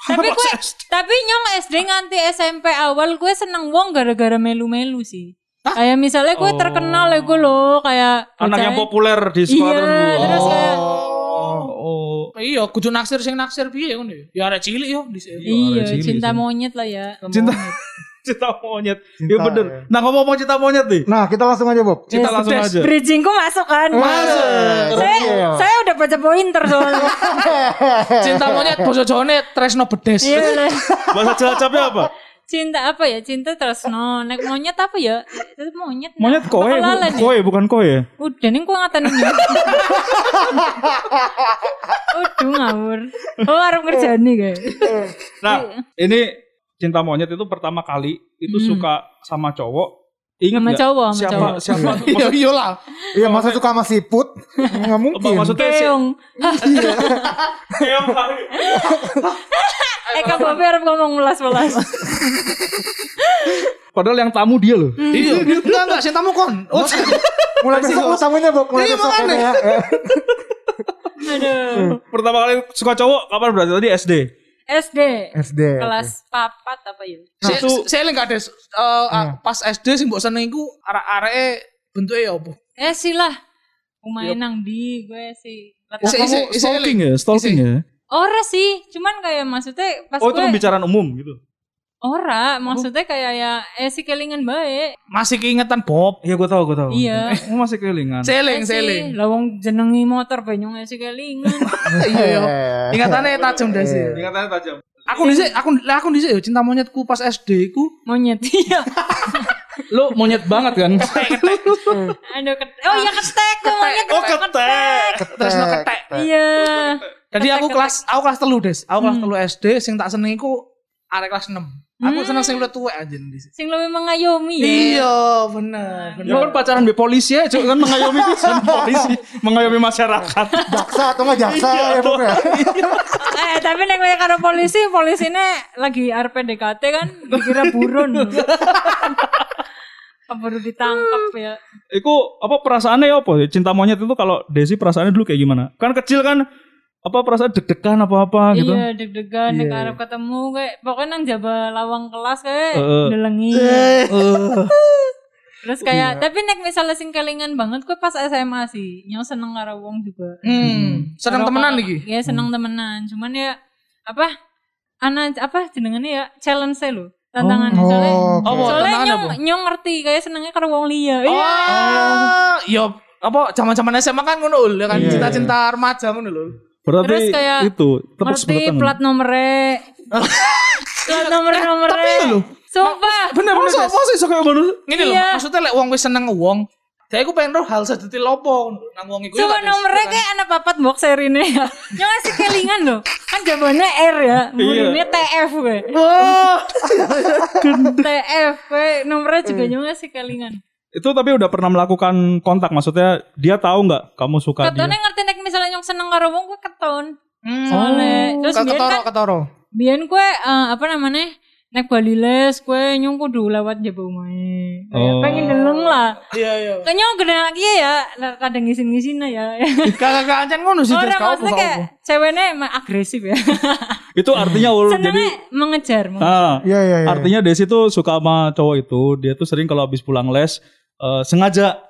Speaker 1: tapi gue tapi nyong SD nganti SMP awal gue seneng wong gara-gara melu-melu sih. Kayak misalnya
Speaker 2: Oh.
Speaker 1: gue terkenal ya gue loh kayak
Speaker 2: Anak yang
Speaker 1: bocah-
Speaker 2: populer di squadron
Speaker 1: Iya,
Speaker 2: gua.
Speaker 1: terus kayak
Speaker 2: Oh.
Speaker 3: Iya, kudu naksir sing naksir piye ngono ya. Ya arek cilik yo di sini.
Speaker 1: Iya,
Speaker 2: Orang cilik
Speaker 1: cinta
Speaker 2: sih.
Speaker 1: monyet lah ya.
Speaker 2: Cinta cinta monyet. Iya
Speaker 4: Cinta,
Speaker 2: bener.
Speaker 4: ya.
Speaker 2: Nah, ngomong-ngomong cinta monyet nih.
Speaker 4: nah kita langsung aja Bob
Speaker 2: Cinta langsung aja.
Speaker 1: Bridgingku masuk kan. Masuk. Saya,
Speaker 4: Iya.
Speaker 1: saya udah baca pointer soalnya.
Speaker 3: Cinta monyet basa Jawane tresno bedes.
Speaker 1: Iya lah.
Speaker 2: Bahasa Cilacapnya apa?
Speaker 1: Cinta apa ya? Cinta terus no. Nek monyet apa ya? Itu monyet. nah.
Speaker 2: Monyet koe, bu-
Speaker 1: Bakalan ya.
Speaker 2: koe bukan koe.
Speaker 1: Udah nih gue ngatain ini. Udah ngawur. Oh harus ngerjain nih guys. Iya.
Speaker 2: Nah, ini cinta monyet itu pertama kali itu suka sama cowok. Ingat
Speaker 1: Hmm. Sama
Speaker 2: nggak?
Speaker 1: cowok, sama
Speaker 2: siapa
Speaker 1: cowok.
Speaker 2: siapa
Speaker 3: Iya iya lah.
Speaker 4: iya masa suka sama siput nggak mungkin
Speaker 2: maksudnya si-
Speaker 1: Keong.
Speaker 2: Keong kali.
Speaker 1: Eh kamu apa harus ngomong melas-melas.
Speaker 2: Padahal yang tamu dia loh.
Speaker 1: Hmm.
Speaker 3: Iya, enggak enggak cintamu kon. Oh,
Speaker 4: mulai besok lu tamunya Bob mulai
Speaker 3: Iya,
Speaker 4: besok
Speaker 3: makanya.
Speaker 4: ya
Speaker 1: Aduh.
Speaker 2: Pertama kali suka cowok kapan berarti tadi SD.
Speaker 1: SD.
Speaker 4: SD
Speaker 1: Kelas Iya. papat apa ya?
Speaker 3: Saya
Speaker 2: Satu-
Speaker 3: saya eling Kades. Eh, pas SD sing mbok seneng iku arek-areke bentuke ya apa?
Speaker 1: Eh silah. Main nang di gue sih.
Speaker 3: Isi-
Speaker 2: Oh,
Speaker 1: Letak-
Speaker 3: isi-
Speaker 2: Kamu
Speaker 3: isi-
Speaker 2: stalking ya, stalking
Speaker 3: isi.
Speaker 2: ya.
Speaker 1: Ora sih, cuman kayak maksudnya pas
Speaker 2: Oh itu Oh.
Speaker 1: gue
Speaker 2: pembicaraan umum gitu.
Speaker 1: ora, maksudnya kayak ya eh si kelingan baik.
Speaker 3: Masih keingetan Bob.
Speaker 2: Iya gue tahu gue tahu.
Speaker 1: Iya.
Speaker 2: Oh, masih kelingan.
Speaker 1: Eh,
Speaker 3: Seling,
Speaker 1: sih,
Speaker 3: seling.
Speaker 1: Lah wong jenengi motor banyong eh si kelingan.
Speaker 3: Iya, iya.
Speaker 4: Eh.
Speaker 3: Ingatannya tajam dah sih.
Speaker 2: Ingatannya tajam.
Speaker 3: Aku dhisik, aku lah aku dhisik yo cinta monyetku pas SD ku.
Speaker 1: Monyet. Iya.
Speaker 3: Lo monyet banget kan.
Speaker 1: Aduh, ket- oh iya ketek namanya
Speaker 2: Oh ketek.
Speaker 3: Terus no ketek.
Speaker 4: eh.
Speaker 1: Iya.
Speaker 3: Jadi aku kelas aku kelas telu des. Aku kelas telu SD sing tak senengi ku arek kelas 6. Aku seneng sing luwih tuwek anjing dhisik.
Speaker 1: Sing lebih mengayomi ya.
Speaker 3: Hmm. Iya, bener.
Speaker 2: Ya kan pacaran be polisi ya, cuk. kan mengayomi pisan polisi, mengayomi masyarakat.
Speaker 4: jaksa atau nggak jaksa
Speaker 3: Iya.
Speaker 4: ya Bob ya
Speaker 1: Eh, tapi nek kowe karo polisi, polisine lagi RPDKT kan dikira buron. Keburu ditangkap ya.
Speaker 2: Iku apa perasaannya ya apa? Cinta monyet itu kalau Desi perasaannya dulu kayak gimana? Kan kecil kan apa perasaan deg-degan apa-apa gitu.
Speaker 1: Iya, deg-degan nek arep ketemu
Speaker 2: Eh,
Speaker 1: Eh,
Speaker 3: Eh.
Speaker 1: kayak pokoknya nang jaba lawang kelas kayak
Speaker 2: Heeh.
Speaker 1: ndelengi.
Speaker 2: Eh.
Speaker 1: Terus kayak tapi nek misalnya sing kelingan banget gue pas SMA sih. Nyo seneng karo wong juga.
Speaker 3: Hmm, seneng
Speaker 1: Karo
Speaker 3: temenan
Speaker 1: kakak-
Speaker 3: lagi. Hmm.
Speaker 1: Iya, seneng temenan. Cuman ya apa anak apa jenengannya ya challenge lo tantangannya
Speaker 4: Oh,
Speaker 1: soalnya
Speaker 4: oke.
Speaker 3: Oh,
Speaker 1: soalnya
Speaker 3: tantangan
Speaker 1: nyong,
Speaker 3: apa?
Speaker 1: nyong ngerti kayak senengnya karo wong liya. Iya.
Speaker 3: Oh, ya apa zaman-zaman SMA kan ngono Ul, ya kan
Speaker 4: Iya.
Speaker 3: cinta-cinta remaja ngono lho.
Speaker 1: Terus
Speaker 2: Berarti
Speaker 1: kayak
Speaker 2: itu tepuk
Speaker 1: ngerti
Speaker 2: sebelah tangan.
Speaker 1: plat nomornya plat nomor nomornya
Speaker 3: Eh, tapi lho. Nah,
Speaker 1: sumpah
Speaker 3: Bener bener.
Speaker 2: Masa
Speaker 3: Des.
Speaker 2: masa iso kayak ngono?
Speaker 3: Ngene lho,
Speaker 1: Iya.
Speaker 3: maksudnya lek wong wis seneng wong, saya iku pengen roh hal sedetil opo nang wong iku. ya
Speaker 1: Cuma
Speaker 3: kan, Des,
Speaker 1: nomornya
Speaker 3: ya kan?
Speaker 1: kayak anak papat boxer ini ya. Nyawa sih kelingan loh. Kan jawabannya R ya.
Speaker 3: Iya.
Speaker 1: Bulinya TF gue.
Speaker 3: Wah.
Speaker 1: TF gue. Nomornya juga nyawa sih kelingan.
Speaker 2: Itu tapi udah pernah melakukan kontak maksudnya dia tahu nggak kamu suka
Speaker 1: Katone
Speaker 2: dia?
Speaker 1: ngerti nek misalnya nyong seneng karo wong gue keton.
Speaker 3: Hmm.
Speaker 1: Soalnya. Terus
Speaker 3: Ke-
Speaker 1: biyen
Speaker 3: ketoro
Speaker 1: kan.
Speaker 3: ketoro.
Speaker 1: Biyen gue eh, apa namanya. Nek Bali les gue nyong kudu lewat jaba omahe. Kayak
Speaker 2: Oh.
Speaker 1: Pengen deleng lah.
Speaker 3: Iya iya.
Speaker 1: Kayaknya gede lagi ya. Kadang ngisin-ngisin ya.
Speaker 3: Kakak ancen ngono sih Des,
Speaker 1: Orang
Speaker 3: kau apa,
Speaker 1: maksudnya
Speaker 3: kau
Speaker 1: kayak
Speaker 3: apa.
Speaker 1: ceweknya emang agresif ya.
Speaker 2: Itu artinya ul jadi
Speaker 1: Senengnya mengejar. mengejar.
Speaker 2: ah,
Speaker 4: Iya iya iya.
Speaker 2: artinya Desi tuh suka sama cowok itu, dia tuh sering kalau habis pulang les eh, sengaja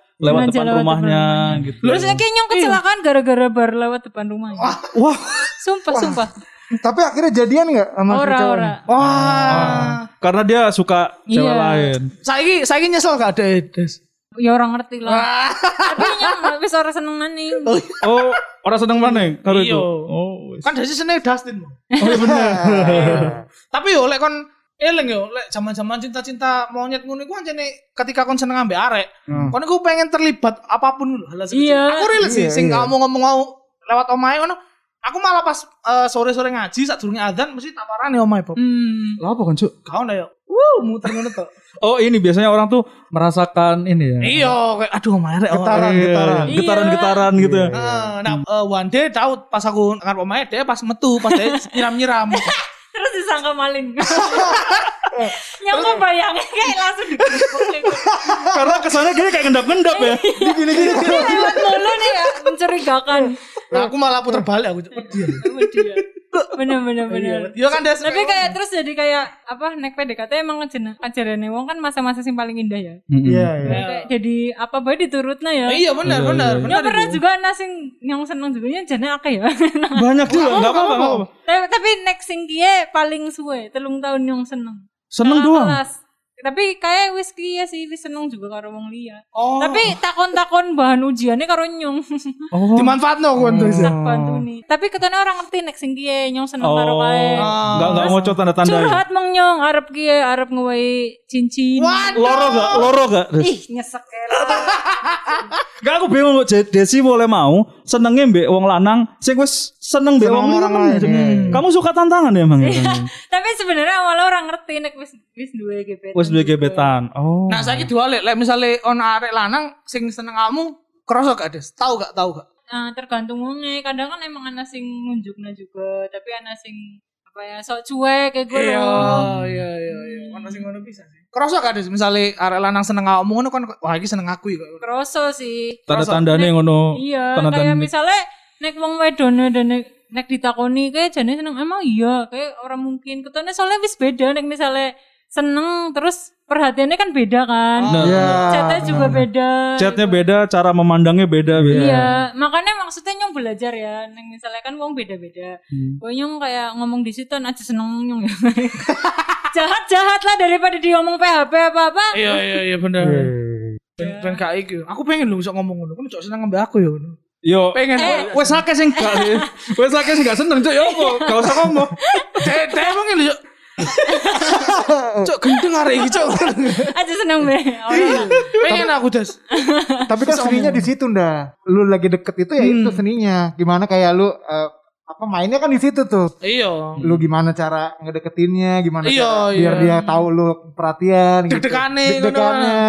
Speaker 1: Sengaja
Speaker 2: lewat depan
Speaker 1: lewat
Speaker 2: rumahnya
Speaker 1: depan
Speaker 2: gitu.
Speaker 1: Terus kayak nyong kecelakaan gara-gara bar lewat depan rumahnya.
Speaker 4: Wah,
Speaker 1: Sumpah, sumpah.
Speaker 4: tapi akhirnya jadian nggak sama si
Speaker 1: Ora,
Speaker 4: cowok
Speaker 1: ora.
Speaker 4: ini?
Speaker 3: Wah.
Speaker 2: Karena dia suka
Speaker 1: Iya.
Speaker 2: cewek lain.
Speaker 3: Saiki saiki nyesel gak ada Des.
Speaker 1: Ya orang ngerti lah.
Speaker 3: Wah.
Speaker 1: Tapi nyong wis ora seneng maning.
Speaker 2: Oh, orang seneng mana kalau itu?
Speaker 3: Iya.
Speaker 2: Oh, wis.
Speaker 3: Kan Desi seneng Dustin. Bang.
Speaker 2: oh iya bener.
Speaker 3: Tapi yo lek kon eling yo lek zaman-zaman cinta-cinta monyet ngono iku anjene ketika kon seneng ambek arek, kon iku pengen terlibat apapun lho, hal sekecil.
Speaker 1: Iya.
Speaker 3: Aku relate sih
Speaker 4: Iya,
Speaker 3: sing
Speaker 4: iya.
Speaker 3: kamu ngomong ngomong lewat omahe ngono. Aku malah pas eh, sore-sore ngaji sadurunge adzan mesti taparane omahe, Bob.
Speaker 1: Hmm.
Speaker 2: Lah apa kan, Cuk?
Speaker 3: Kaon yo. Wuh, muter ngono to.
Speaker 2: Oh, ini biasanya orang tuh merasakan ini ya.
Speaker 3: Iya, kayak aduh omahe rek. omahe.
Speaker 4: Getaran,
Speaker 2: Iya,
Speaker 4: getaran.
Speaker 1: Iya.
Speaker 2: Getaran-getaran gitu
Speaker 4: Iya.
Speaker 2: ya.
Speaker 3: Eh, nah, eh, one day tau pas aku ngarep omahe dia pas metu, pas dia nyiram-nyiram.
Speaker 1: Terus disangka maling. nyong kok bayangin kayak langsung di
Speaker 2: Karena kesannya gini kayak ngendap-ngendap
Speaker 1: Iya.
Speaker 2: ya.
Speaker 4: Gini-gini.
Speaker 1: lewat mulu nih ya mencurigakan.
Speaker 3: nah, aku malah puter balik aku. Wedi.
Speaker 1: Sama dia. Bener bener bener.
Speaker 3: Iya kan Des.
Speaker 1: Tapi kayak terus jadi kayak apa nek PDKT emang ngejeneng ajarane wong kan masa-masa sing paling indah ya.
Speaker 4: Iya iya.
Speaker 1: Kayak jadi apa bae diturutnya ya.
Speaker 3: Iya benar
Speaker 2: Iya,
Speaker 3: benar
Speaker 1: Ya
Speaker 2: iya.
Speaker 3: benar.
Speaker 1: pernah
Speaker 3: itu.
Speaker 1: juga anak sing yang seneng juga yang jane akeh ya.
Speaker 2: Banyak juga, enggak apa-apa, nggak apa-apa.
Speaker 1: tapi, tapi next sing dia paling suwe, telung tahun yang seneng.
Speaker 2: Seneng
Speaker 1: Kakak
Speaker 2: doang.
Speaker 1: kelas. Tapi kayak wis kia sih, wis seneng juga karo wong liya.
Speaker 3: Oh.
Speaker 1: Tapi takon-takon bahan ujiannya karo nyung.
Speaker 2: Oh.
Speaker 3: dimanfaatno aku untuk itu.
Speaker 1: Tak bantu nih. Tapi ketone orang ngerti nek sing kia nyung seneng
Speaker 2: Oh.
Speaker 1: karo kae.
Speaker 2: Enggak enggak ngoco tanda-tanda. ya.
Speaker 1: Curhat mong nyung arep kia arep ngewehi cincin.
Speaker 2: Loro gak? Loro gak? Des?
Speaker 1: Ih, nyesek ya.
Speaker 2: Gak aku bingung loh, Je- Desi mulai mau senengnya mbak wong lanang, sing wis seneng mbak
Speaker 4: Seneng
Speaker 2: wong
Speaker 4: orang
Speaker 2: lanang. kan ya.
Speaker 4: lain, iya, iya.
Speaker 2: Kamu suka tantangan ya emang ya?
Speaker 1: Iya. Tapi sebenarnya awalnya orang ngerti nek wis wis duwe gebetan.
Speaker 2: Wis duwe gebetan. Oh.
Speaker 3: Nah, saiki diwalik lek misale on arek lanang sing seneng kamu kerasa gak Des? Tahu gak tahu gak?
Speaker 1: Eh, tergantung wonge kadang kan emang ana sing nunjukna juga tapi ana sing apa ya sok cuek kayak gue loh
Speaker 3: iya iya iya. Ono sing ngono bisa sih. Kerasa gak Des misale arek lanang seneng kamu ngono kon wah iki seneng aku iki.
Speaker 1: kroso sih
Speaker 2: Tanda-tandanya ngono.
Speaker 1: iya kayak
Speaker 2: Tanda-tanda nih.
Speaker 1: misalnya nek wong wedone dan nek, nek ditakoni kayak jane seneng emang iya kayak orang mungkin ketone soalnya wis beda nek misalnya seneng terus perhatiannya kan beda kan
Speaker 2: Nah,
Speaker 4: Iya.
Speaker 1: chatnya juga beda
Speaker 2: Chatnya beda, cara memandangnya beda. beda.
Speaker 1: Iya, makanya maksudnya nyong belajar ya. Neng misalnya kan wong beda-beda.
Speaker 2: Hmm.
Speaker 1: Gue nyong kayak ngomong di situ aja seneng nyong ya. Jahat-jahat lah daripada diomong PHP apa-apa.
Speaker 3: Iya iya iya bener. Ben ben gak iki. Aku pengen lho sok ngomong ngono. Kon cok seneng ambek aku ya ngono.
Speaker 2: Yo,
Speaker 3: Pengen
Speaker 2: wes akeh sing gak wes akeh sing gak seneng, Cuk. Yo apa? Gak usah ngomong.
Speaker 3: Dek dek pengen lho. Cok. Cok gendeng arek iki cok.
Speaker 1: Aja seneng be. Oh, iya.
Speaker 3: Pengen aku Des.
Speaker 4: Tapi kan seninya di situ nda. Lu lagi deket itu ya
Speaker 3: Hmm.
Speaker 4: itu seninya. Gimana kayak lu eh, apa mainnya kan di situ tuh.
Speaker 3: Iya.
Speaker 4: Lu gimana cara ngedeketinnya, gimana
Speaker 3: Iya,
Speaker 4: cara
Speaker 3: iya.
Speaker 4: biar dia tahu lu perhatian gitu.
Speaker 3: Deg-degane,
Speaker 4: Deg-degannya.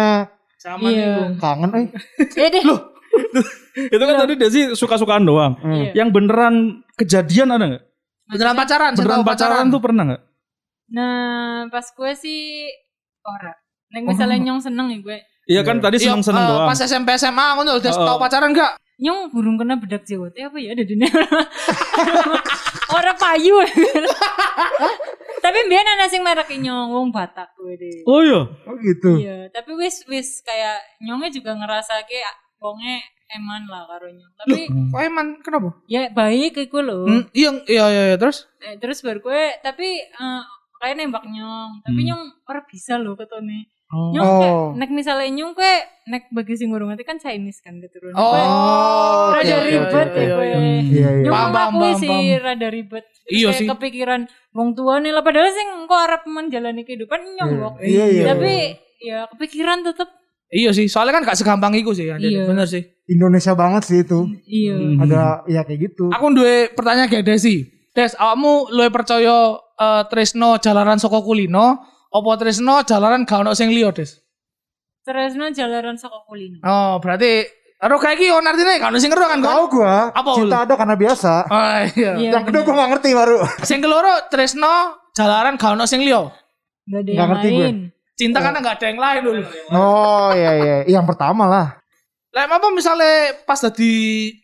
Speaker 3: Sama
Speaker 1: Iya.
Speaker 3: nih.
Speaker 4: Kangen eh.
Speaker 1: Ya deh.
Speaker 2: Itu kan tadi Desi suka-sukaan doang.
Speaker 1: Iya.
Speaker 2: Yang beneran kejadian ada nggak?
Speaker 3: Beneran pacaran, saya
Speaker 2: Beneran
Speaker 3: tahu
Speaker 2: pacaran tuh pernah nggak?
Speaker 1: Nah, pas gue sih ora. Neng misalnya nyong seneng ya gue.
Speaker 2: Iya kan tadi
Speaker 3: Iya,
Speaker 2: seneng-seneng
Speaker 3: eh,
Speaker 2: doang. Oh.
Speaker 3: Pas SMP SMA ngono udah
Speaker 2: Heeh.
Speaker 3: tau pacaran gak?
Speaker 1: Nyong burung kena bedak ya, JWT apa ya ada di Ora payu. Tapi biar ana sing merek nyong wong Batak kuwi deh.
Speaker 2: Oh iya.
Speaker 4: Oh gitu.
Speaker 1: Iya, tapi wis wis kayak nyongnya juga ngerasa ke wonge eman lah karo nyong. Tapi
Speaker 3: Kok Oh, eman kenapa?
Speaker 1: ya baik iku lho.
Speaker 3: Hmm, iya, iya, iya, iya, terus?
Speaker 1: Eh, terus baru gue tapi eh, kayak nembak nyong tapi
Speaker 2: Hmm.
Speaker 1: nyong ora bisa loh ketone
Speaker 2: Oh.
Speaker 1: nyong kayak
Speaker 4: Oh.
Speaker 1: nek misalnya nyong gue nek bagi sing urung ngerti kan Chinese kan keturunan Gue
Speaker 3: Oh,
Speaker 1: rada
Speaker 3: iya, iya,
Speaker 2: gitu,
Speaker 1: ribet
Speaker 3: iya,
Speaker 1: ya gue
Speaker 3: iya.
Speaker 4: Iya iya.
Speaker 1: nyong
Speaker 3: Paham, paham,
Speaker 1: mengakui
Speaker 3: paham,
Speaker 1: sih
Speaker 3: paham.
Speaker 1: rada ribet Terus
Speaker 3: Iya
Speaker 1: kayak
Speaker 3: sih.
Speaker 1: kepikiran wong tua nih lah padahal sing kok arep menjalani kehidupan nyong
Speaker 4: Iya,
Speaker 1: kok
Speaker 4: iya, iya.
Speaker 1: tapi ya kepikiran tetep
Speaker 3: Iya sih, soalnya kan gak segampang itu sih, Anjani.
Speaker 1: Iya.
Speaker 3: bener sih.
Speaker 4: Indonesia banget sih itu.
Speaker 1: iya
Speaker 4: Ada ya kayak gitu.
Speaker 3: Aku duwe pertanyaan gak ada sih. Tes, awakmu luwe percaya eh, Tresno jalaran saka kulino, apa Tresno jalaran gak ono sing liya, Des?
Speaker 1: Tresno jalaran saka kulino
Speaker 3: Oh, berarti Aduh kayak gini, ono artinya gak ono sing ngero kan, kan?
Speaker 4: Tahu gua.
Speaker 3: Apa, Ul?
Speaker 4: Cinta ada karena biasa.
Speaker 3: Oh, iya.
Speaker 1: Iya,
Speaker 4: Yang kedua
Speaker 1: bener.
Speaker 4: gua gak ngerti baru.
Speaker 3: Sing keloro Tresno jalaran gak ono sing liya.
Speaker 1: Gak ada
Speaker 4: Gak
Speaker 1: yang
Speaker 4: ngerti gue.
Speaker 1: lain
Speaker 3: Cinta karena gak ada yang lain dulu.
Speaker 4: Oh iya iya. Yang pertama lah.
Speaker 3: Lah apa misalnya pas jadi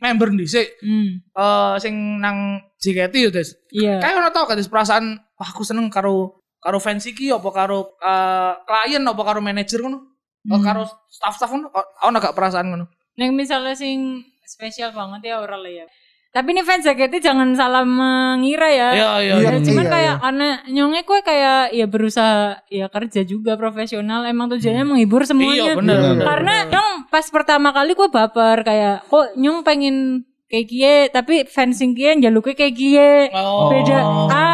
Speaker 3: member dhisik
Speaker 1: Hmm,
Speaker 3: eh sing nang JKT ya, Des.
Speaker 1: iya
Speaker 3: Kayak ono tau kan Des, perasaan wah aku seneng karo karo fans iki apa karo eh, klien apa karo manajer ngono. Oh,
Speaker 1: Hmm.
Speaker 3: karo staff-staff ngono o- ono gak perasaan ngono.
Speaker 1: Nek misalnya sing spesial banget ya ora lah ya. Tapi nih fans JKT jangan salah mengira ya.
Speaker 3: Iya iya.
Speaker 1: Ya,
Speaker 3: iya.
Speaker 4: Iya.
Speaker 1: cuman kayak karena nyongnya kue kayak ya berusaha ya kerja juga profesional emang tujuannya menghibur
Speaker 3: Iya
Speaker 1: semuanya.
Speaker 3: bener.
Speaker 4: Iya.
Speaker 2: Kan
Speaker 3: bener.
Speaker 1: Karena nyong pas pertama kali kue baper kayak kok nyong pengen kayak gie tapi fansing gie jaluknya kayak gie.
Speaker 3: Oh.
Speaker 1: Beda A,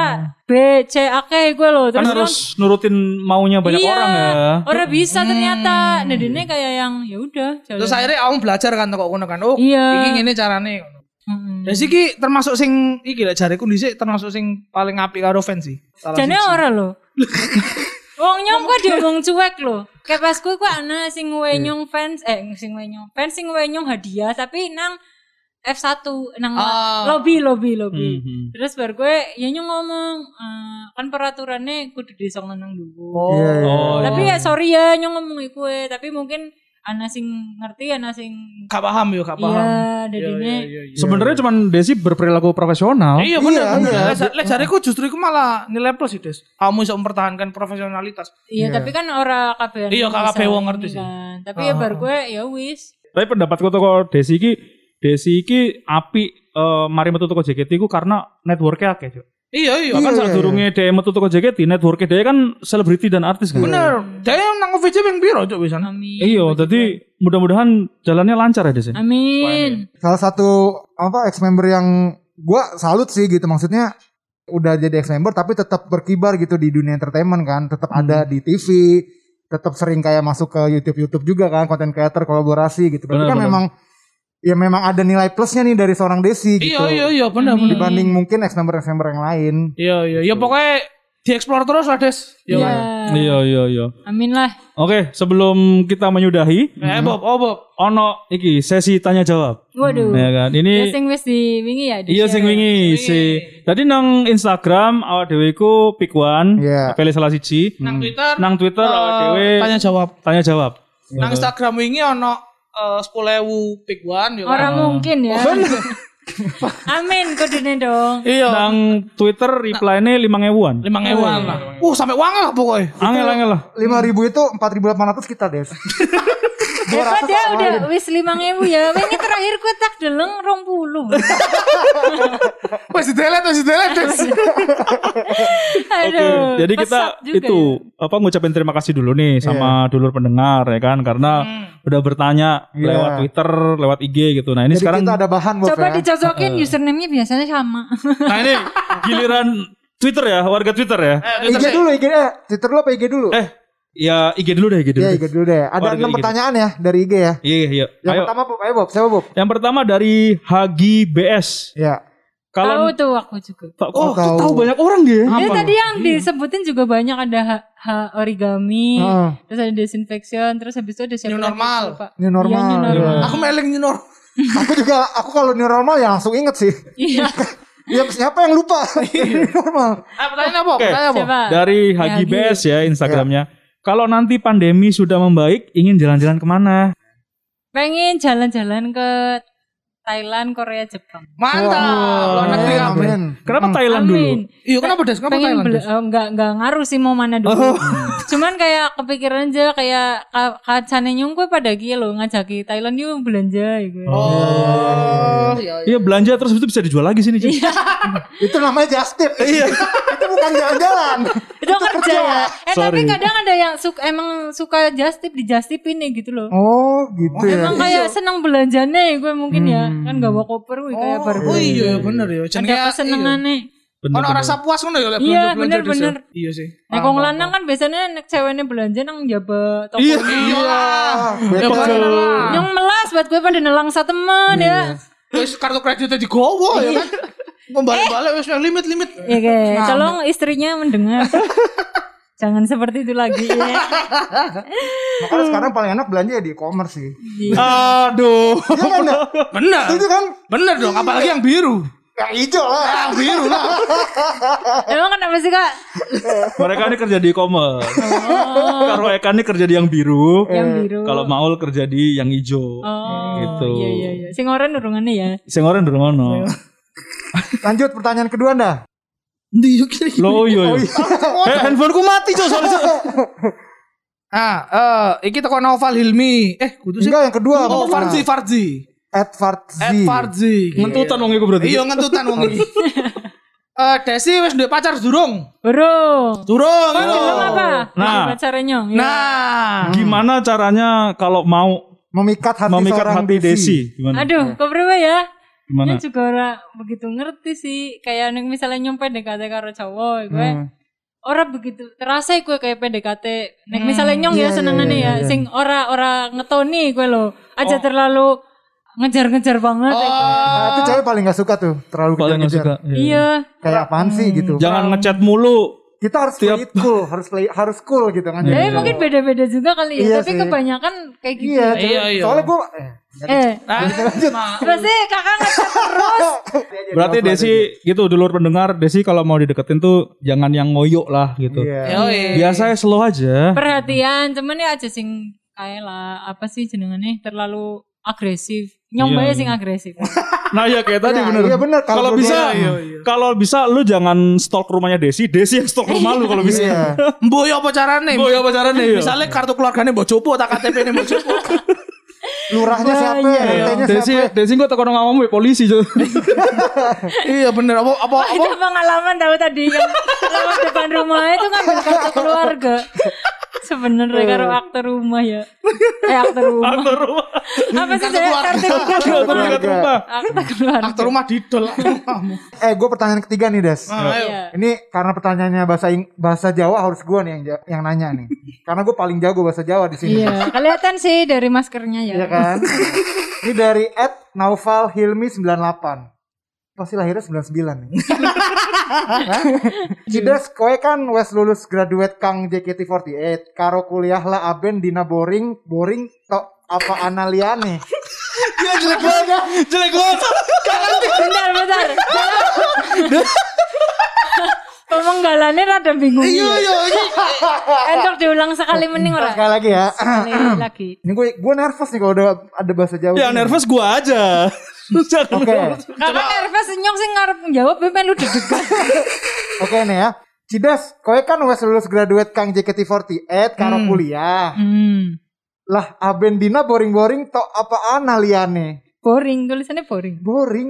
Speaker 1: B, C, akeh gue loh.
Speaker 2: Kan
Speaker 1: Terus nyong-
Speaker 2: harus nurutin maunya banyak
Speaker 1: iya,
Speaker 2: orang ya.
Speaker 1: Orang bisa ternyata. Nah, dene kayak yang ya udah. jalan.
Speaker 3: Terus akhirnya aku belajar kan kok ngono kan. Oh,
Speaker 1: Iya. Hmm.
Speaker 3: iki ngene carane ngono.
Speaker 1: Mm-mm.
Speaker 3: Dan sih iki termasuk sing iki lah jariku dhisik termasuk sing paling apik karo fans sih. Salah
Speaker 1: Jane ora lho. Wong nyong kok diomong cuek lho. Kayak pas kuwi kok ana sing
Speaker 3: Iya.
Speaker 1: ngewe nyong fans eh sing ngewe nyong fans sing ngewe nyong hadiah tapi nang F1 nang
Speaker 3: Ah.
Speaker 1: lobby lobby lobby.
Speaker 3: Hmm.
Speaker 2: Mhm.
Speaker 1: Terus baru gue ya nyong ngomong "Eh, kan peraturannya kudu disongo nang dulu.
Speaker 4: Iya iya.
Speaker 2: Oh,
Speaker 1: Tapi
Speaker 2: iya.
Speaker 1: ya sorry ya nyong ngomong iku eh, tapi mungkin ana sing ngerti ana sing
Speaker 3: gak paham yo, gak paham.
Speaker 1: iya
Speaker 3: Iya,
Speaker 1: dadine.
Speaker 3: iya, iya.
Speaker 2: Sebenarnya cuman Desi berperilaku profesional.
Speaker 3: Iya bener.
Speaker 4: Iya,
Speaker 3: bener.
Speaker 4: iya.
Speaker 3: Lah, sa- lah, jariku justru iku malah nilai plus sih, Des. Kamu bisa mempertahankan profesionalitas.
Speaker 1: Iya,
Speaker 4: Iya.
Speaker 1: tapi kan ora kabeh.
Speaker 3: Iya,
Speaker 1: ngerti
Speaker 3: kabeh wong ngerti
Speaker 1: ini
Speaker 3: sih. Ah.
Speaker 1: kan. Tapi ya baru gue ya wis
Speaker 2: Tapi pendapatku toko Desi iki Desi iki api eh, mari metu toko JKT ku karena networknya akeh, Cuk.
Speaker 3: Iya iya.
Speaker 2: Bahkan
Speaker 4: Iya,
Speaker 2: saat
Speaker 4: iya,
Speaker 2: durunge dia metu toko JKT, networknya dia kan selebriti dan artis kan.
Speaker 3: Bener. Dia nang OVJ yang biro cok bisa.
Speaker 1: Amin.
Speaker 2: Iya, jadi mudah-mudahan jalannya lancar ya Desi.
Speaker 1: Amin.
Speaker 4: Salah satu apa ex member yang gua salut sih gitu maksudnya udah jadi ex member tapi tetap berkibar gitu di dunia entertainment kan, tetap ada di TV, tetap sering kayak masuk ke YouTube YouTube juga kan, konten creator kolaborasi gitu. Berarti
Speaker 2: Benar,
Speaker 4: kan
Speaker 2: benar.
Speaker 4: memang ya memang ada nilai plusnya nih dari seorang Desi gitu.
Speaker 3: Iya iya iya bener
Speaker 1: Amin.
Speaker 3: bener.
Speaker 4: Dibanding mungkin ex member ex member yang lain.
Speaker 3: Iya iya.
Speaker 2: Gitu.
Speaker 3: Ya pokoknya dieksplor terus lah Des.
Speaker 1: Iya.
Speaker 3: Iya.
Speaker 2: Iya, iya, iya.
Speaker 1: Amin lah.
Speaker 2: Oke, sebelum kita menyudahi,
Speaker 3: Eh Bob, oh Bob.
Speaker 2: ono iki sesi tanya jawab.
Speaker 1: Waduh.
Speaker 2: Ya kan?
Speaker 1: Ya
Speaker 2: Ini
Speaker 1: sing wis di wingi ya. di
Speaker 2: Iya sing
Speaker 1: share.
Speaker 2: wingi si. Tadi nang Instagram awak dhewe iku pick one,
Speaker 4: Iya.
Speaker 2: pilih salah siji. Hmm.
Speaker 3: Nang Twitter.
Speaker 2: Nang Twitter
Speaker 3: eh,
Speaker 2: awak dhewe
Speaker 3: Tanya jawab.
Speaker 2: tanya jawab.
Speaker 3: Nang Instagram ini ono eh, sepuluh ewu pick one. ya kan?
Speaker 1: Ora
Speaker 2: Oh.
Speaker 1: mungkin ya. Amin kudune dong.
Speaker 3: Iya.
Speaker 2: Nang Twitter reply-ne 5000-an.
Speaker 3: Lima
Speaker 1: iya.
Speaker 3: ewan lah.
Speaker 2: Iya,
Speaker 3: Uh sampai wangan lah pokoknya.
Speaker 2: Angel-angel lah.
Speaker 4: 5000 itu 4800 kita, Des.
Speaker 1: Hebat ya udah wis 5000 ya. Wingi terakhir ku tak deleng 20.
Speaker 3: Wes di delete, wes di delete. Des.
Speaker 1: Aduh.
Speaker 2: Oke, jadi kita
Speaker 1: pesat eh, juga ya.
Speaker 2: itu apa ngucapin terima kasih dulu
Speaker 4: Iya.
Speaker 2: nih sama dulur pendengar ya kan karena udah bertanya lewat Twitter, lewat IG gitu. Nah,
Speaker 4: Iya.
Speaker 2: ini
Speaker 4: Jadi
Speaker 2: sekarang
Speaker 4: kita ada bahan
Speaker 1: ya.
Speaker 4: buat
Speaker 1: Coba
Speaker 4: ya.
Speaker 1: dicocokin username-nya biasanya sama.
Speaker 2: nah ini giliran Twitter ya, warga Twitter ya.
Speaker 3: Eh,
Speaker 4: IG
Speaker 3: Twitter sih.
Speaker 4: dulu, IG eh, Twitter dulu apa IG dulu?
Speaker 2: Eh, ya IG dulu deh, IG dulu.
Speaker 4: Iya,
Speaker 2: deh.
Speaker 4: IG dulu deh. Ada
Speaker 2: Warga
Speaker 4: enam
Speaker 2: IG.
Speaker 4: pertanyaan ya dari IG ya.
Speaker 2: Iya, iya.
Speaker 4: Yang
Speaker 2: Ayo.
Speaker 4: pertama Bob, ayo Bob, siapa Bob?
Speaker 2: Yang pertama dari Hagi BS.
Speaker 4: Ya.
Speaker 1: Tahu
Speaker 2: Kalau
Speaker 1: tuh aku juga.
Speaker 2: Ta- oh,
Speaker 4: tahu.
Speaker 2: tahu banyak orang dia.
Speaker 1: Itu tadi yang disebutin juga banyak ada H, H origami,
Speaker 4: Heeh.
Speaker 1: terus ada disinfection, terus habis itu ada siapa
Speaker 3: New
Speaker 1: lagi,
Speaker 3: normal.
Speaker 1: aku lupa.
Speaker 4: New normal.
Speaker 1: Iya, new normal.
Speaker 3: Aku meling nyinor.
Speaker 4: aku juga aku kalau new normal ya langsung inget sih.
Speaker 1: Iya.
Speaker 4: Ya siapa yang lupa?
Speaker 3: Iya.
Speaker 4: New normal.
Speaker 3: Eh pertanyaan apa?
Speaker 2: Oke.
Speaker 3: Pertanyaan apa?
Speaker 1: Siapa?
Speaker 2: Dari Hagi
Speaker 1: Hagi.
Speaker 2: BS ya Instagramnya. Kalau nanti pandemi sudah membaik, ingin jalan-jalan kemana?
Speaker 1: pengen jalan-jalan ke Thailand, Korea, Jepang.
Speaker 3: Mantap. Luar negeri
Speaker 4: Amin,
Speaker 3: kabeh.
Speaker 4: amin.
Speaker 2: Kenapa Thailand dulu?
Speaker 1: Amin.
Speaker 3: Iya, kenapa Des? Kenapa
Speaker 1: pengen
Speaker 3: Thailand?
Speaker 1: bela-
Speaker 3: Des?
Speaker 1: eh, nggak nggak ngaruh sih mau mana dulu.
Speaker 2: Oh.
Speaker 1: Cuman kayak kepikiran aja kayak ka- kacane nyung gue pada gila ya, loh ngajaki Thailand yuk belanja gitu.
Speaker 2: Oh.
Speaker 3: Oh, iya, iya.
Speaker 2: Iya belanja terus itu bisa dijual lagi sini. Ci.
Speaker 4: Itu namanya just tip. Iya. itu bukan jalan-jalan.
Speaker 1: Itu kerja ya. Eh tapi
Speaker 2: Sorry.
Speaker 1: kadang ada yang suka emang suka justip di justipin ya gitu loh.
Speaker 4: Oh, gitu
Speaker 2: iya.
Speaker 4: ya.
Speaker 1: Emang
Speaker 3: Iya.
Speaker 1: kayak senang belanjanya ya gue mungkin ya kan gak
Speaker 2: Hmm.
Speaker 1: bawa koper wih kayak baru
Speaker 3: Oh iya, bener ya.
Speaker 1: ada
Speaker 3: Jenenge
Speaker 1: kesenangan nih.
Speaker 2: Bener,
Speaker 3: Ono
Speaker 2: bener.
Speaker 3: rasa puas ngono ya lek
Speaker 1: Iya,
Speaker 3: belanja-belanja Des, ya.
Speaker 1: bener-bener.
Speaker 3: Iya sih.
Speaker 1: Nek wong lanang kan biasanya nek ceweknya belanja nang ya jaba toko.
Speaker 2: Iya.
Speaker 3: Iya. lah.
Speaker 4: Betul.
Speaker 1: Yang melas buat gue pada nelang sa temen ya.
Speaker 2: Iya.
Speaker 3: Terus Iya. kartu kreditnya digowo ya kan. Membalik-balik wis limit-limit.
Speaker 1: Iya, guys. tolong istrinya mendengar. Jangan seperti itu lagi ya.
Speaker 4: Makanya sekarang paling enak belanja ya di e-commerce sih.
Speaker 2: Aduh.
Speaker 4: Iya kan? Nak?
Speaker 3: Bener.
Speaker 4: Itu kan
Speaker 3: Bener dong, apalagi yang biru.
Speaker 4: yang hijau lah.
Speaker 3: Yang
Speaker 2: Iya.
Speaker 3: biru lah.
Speaker 1: Emang kenapa sih kak?
Speaker 2: Mereka ini kerja di e-commerce. Kalau Eka ini kerja di yang biru.
Speaker 1: Yang biru.
Speaker 2: Kalau Maul kerja di yang
Speaker 1: oh,
Speaker 2: hijau. Eh, gitu.
Speaker 1: Iya iya iya. Sing oren urungannya ya.
Speaker 2: Sing orang durung ono.
Speaker 4: Lanjut pertanyaan kedua Anda.
Speaker 3: Ndi yo kira
Speaker 2: Loh oh iya. iya. Eh, handphoneku mati cok soalnya.
Speaker 3: Ah, eh iki teko Noval Hilmi. Eh, kudu sih.
Speaker 4: Enggak yang kedua.
Speaker 3: Oh,
Speaker 4: bukan.
Speaker 3: Farzi, Farzi.
Speaker 4: At Farzi.
Speaker 3: Ed Farzi.
Speaker 2: Ngentutan wong iku berarti.
Speaker 3: Iya, ngentutan wong iki. Eh, Desi wis duwe pacar durung?
Speaker 1: Burung.
Speaker 3: Durung. iya.
Speaker 1: Belum apa?
Speaker 2: Nah.
Speaker 1: Belum acaranya. Iya.
Speaker 3: Nah,
Speaker 2: Gimana caranya kalau mau
Speaker 4: Memikat hati
Speaker 2: memikat
Speaker 4: seorang
Speaker 2: hati Desi? Gimana?
Speaker 1: Aduh, kok berapa ya?
Speaker 2: Gimana?
Speaker 1: Ini juga ora begitu ngerti sih. Kayak nek misalnya nyumpet PDKT karo cowok, gue ora begitu terasa gue kayak PDKT. Nek misalnya nyong ya senengane ya, sing ora ora ngetoni gue lo. Aja terlalu ngejar-ngejar banget. ya, gue.
Speaker 4: Nah, itu cewek paling gak suka tuh. Terlalu
Speaker 2: Paling nggak
Speaker 4: kejar-kejar.
Speaker 2: suka. Iya.
Speaker 1: Iya.
Speaker 4: Kayak apaan sih gitu.
Speaker 2: Jangan ngechat mulu.
Speaker 4: Kita harus play it cool. Harus play, harus cool gitu
Speaker 2: Iya.
Speaker 4: kan.
Speaker 1: Tapi Eh, mungkin beda-beda juga kali ya.
Speaker 4: Iya
Speaker 1: Tapi
Speaker 4: sih.
Speaker 1: kebanyakan kayak gitu.
Speaker 4: Iya,
Speaker 3: Iya, Nah,
Speaker 4: cewek.
Speaker 3: iya.
Speaker 4: Soalnya gue... Eh,
Speaker 1: Eh,
Speaker 3: lanjut.
Speaker 1: terus sih kakak ngechat terus.
Speaker 4: Iya,
Speaker 2: Berarti Desi gitu dulur pendengar Desi kalau mau dideketin tuh jangan yang ngoyok lah gitu.
Speaker 4: Iya.
Speaker 3: Nah, eh.
Speaker 2: Biasanya slow aja.
Speaker 1: Perhatian, cuman ya aja sing kayak lah apa sih jenengannya terlalu agresif. Nyong
Speaker 2: Iya,
Speaker 1: bae
Speaker 2: iya.
Speaker 1: sing agresif.
Speaker 2: Nah ya kayak tadi
Speaker 4: Nah,
Speaker 2: bener.
Speaker 4: Iya bener. Iya,
Speaker 2: Kalau
Speaker 4: berdua-
Speaker 2: bisa, kalau bisa lu jangan stalk rumahnya Desi, Desi yang stalk rumah lu kalau
Speaker 4: Iya.
Speaker 2: bisa.
Speaker 3: Mbok yo apa carane?
Speaker 2: Oh ya pacaran ya.
Speaker 3: Misalnya kartu keluargane mbok jopo tak KTP-ne mbok jopo.
Speaker 4: Lurahnya siapa?
Speaker 2: Iya.
Speaker 4: RT-nya
Speaker 2: Desi,
Speaker 4: siapa? ya?
Speaker 2: Desi gue tekan sama kamu polisi Jo.
Speaker 3: Iya bener apa apa apa
Speaker 1: Itu pengalaman tahu tadi yang lewat depan rumah itu kan kartu keluarga. Sebenarnya
Speaker 3: Eh.
Speaker 1: karo aktor rumah ya. Eh aktor rumah.
Speaker 2: Ke rumah.
Speaker 1: Apa sih
Speaker 3: Kartu
Speaker 1: saya kartu
Speaker 3: keluarga.
Speaker 1: keluarga?
Speaker 2: Ke dekat rumah.
Speaker 1: Aktor keluarga.
Speaker 3: aktor rumah didol.
Speaker 4: Eh, gue pertanyaan ketiga nih,
Speaker 3: Ah,
Speaker 4: Des.
Speaker 1: Iya.
Speaker 4: Ini karena pertanyaannya bahasa Ing- bahasa Jawa harus gue nih yang ja- yang nanya nih. karena gue paling jago bahasa Jawa di sini.
Speaker 1: Iya, kelihatan sih dari maskernya ya.
Speaker 4: Iya kan? Ini dari at Naufal Hilmi 98. Pasti lahirnya 99 nih. Cidas, kowe kan wes lulus graduate Kang JKT48. Karo kuliah lah aben dina boring, boring tok apa analiane.
Speaker 3: Iya jelek banget. Jelek banget.
Speaker 1: Bentar, bentar. Pemenggalannya rada bingung.
Speaker 3: Iya iya iya.
Speaker 1: Entok diulang sekali mending ora.
Speaker 4: Sekali lagi ya.
Speaker 1: Sekali lagi.
Speaker 4: Ini gue gue nervous nih kalau udah ada bahasa Jawa.
Speaker 2: Yang
Speaker 4: nih.
Speaker 2: Ya, nervous gue aja. Jangan.
Speaker 4: Iya. Oke.
Speaker 1: Kakak nervous nyong sing ngarep jawab ben lu deg-degan.
Speaker 4: Oke nih ya. Cidas, kowe kan wes lulus graduate Kang JKT48 karo kuliah.
Speaker 1: Hmm.
Speaker 4: Lah aben dina boring-boring tok apa ana liane?
Speaker 1: Boring tulisannya boring.
Speaker 4: Boring.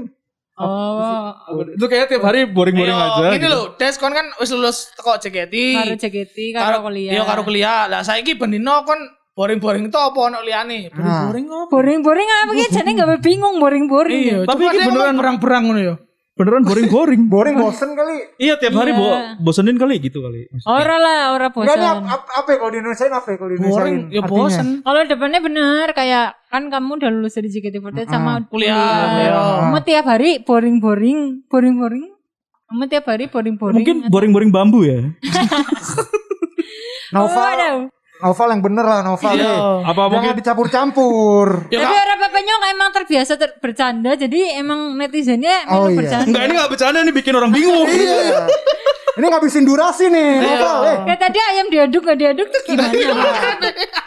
Speaker 1: Oh,
Speaker 2: Itu kayaknya tiap hari boring-boring aja.
Speaker 3: Ini
Speaker 2: gitu.
Speaker 3: loh, Des kon kan wis lulus teko JKT.
Speaker 1: karo JKT karo kuliah.
Speaker 3: Iya karo kuliah. Lah saiki benino kon boring-boring to apa ono liyane? Boring-boring
Speaker 2: gitu.
Speaker 3: apa?
Speaker 1: Boring-boring apa ki jane gawe bingung boring-boring.
Speaker 2: Tapi
Speaker 3: Coba
Speaker 2: ini
Speaker 3: dia
Speaker 2: beneran
Speaker 3: ngomong berang-berang ngono ya.
Speaker 2: beneran boring-boring.
Speaker 4: Boring bosen kali.
Speaker 2: Iya tiap hari
Speaker 1: Iya. Oh,
Speaker 2: bo- bosenin kali gitu kali.
Speaker 1: Ora lah, ora
Speaker 4: Enggak nih
Speaker 1: bosan.
Speaker 4: ap- ap- apa ya kalau di Indonesia apa ya kalau di Indonesia
Speaker 3: Boring ya bosen.
Speaker 1: Kalau depannya bener kayak kan kamu udah lulus dari JKT48 sama
Speaker 3: Kuliah. iya.
Speaker 1: Kamu tiap hari boring-boring, boring-boring. Kamu tiap hari boring-boring.
Speaker 2: Mungkin boring-boring bambu ya.
Speaker 1: Oh,
Speaker 4: Novel,
Speaker 1: ada.
Speaker 4: novel yang bener lah novel.
Speaker 3: Iya.
Speaker 4: nih.
Speaker 2: Apa
Speaker 4: Jangan
Speaker 2: mungkin
Speaker 4: dicampur-campur.
Speaker 3: Ya
Speaker 1: Tapi
Speaker 3: Kak,
Speaker 1: orang papanya emang terbiasa ter- bercanda, jadi emang netizennya
Speaker 4: Oh,
Speaker 1: emang
Speaker 4: iya.
Speaker 1: bercanda.
Speaker 2: Enggak ini gak bercanda nih bikin orang
Speaker 3: Oh,
Speaker 2: bingung.
Speaker 3: gitu.
Speaker 4: Iya.
Speaker 3: Iya.
Speaker 4: Ini ngabisin durasi nih novel. Eh.
Speaker 1: Ya, Kayak tadi ayam diaduk nggak diaduk tuh gimana?
Speaker 4: Itu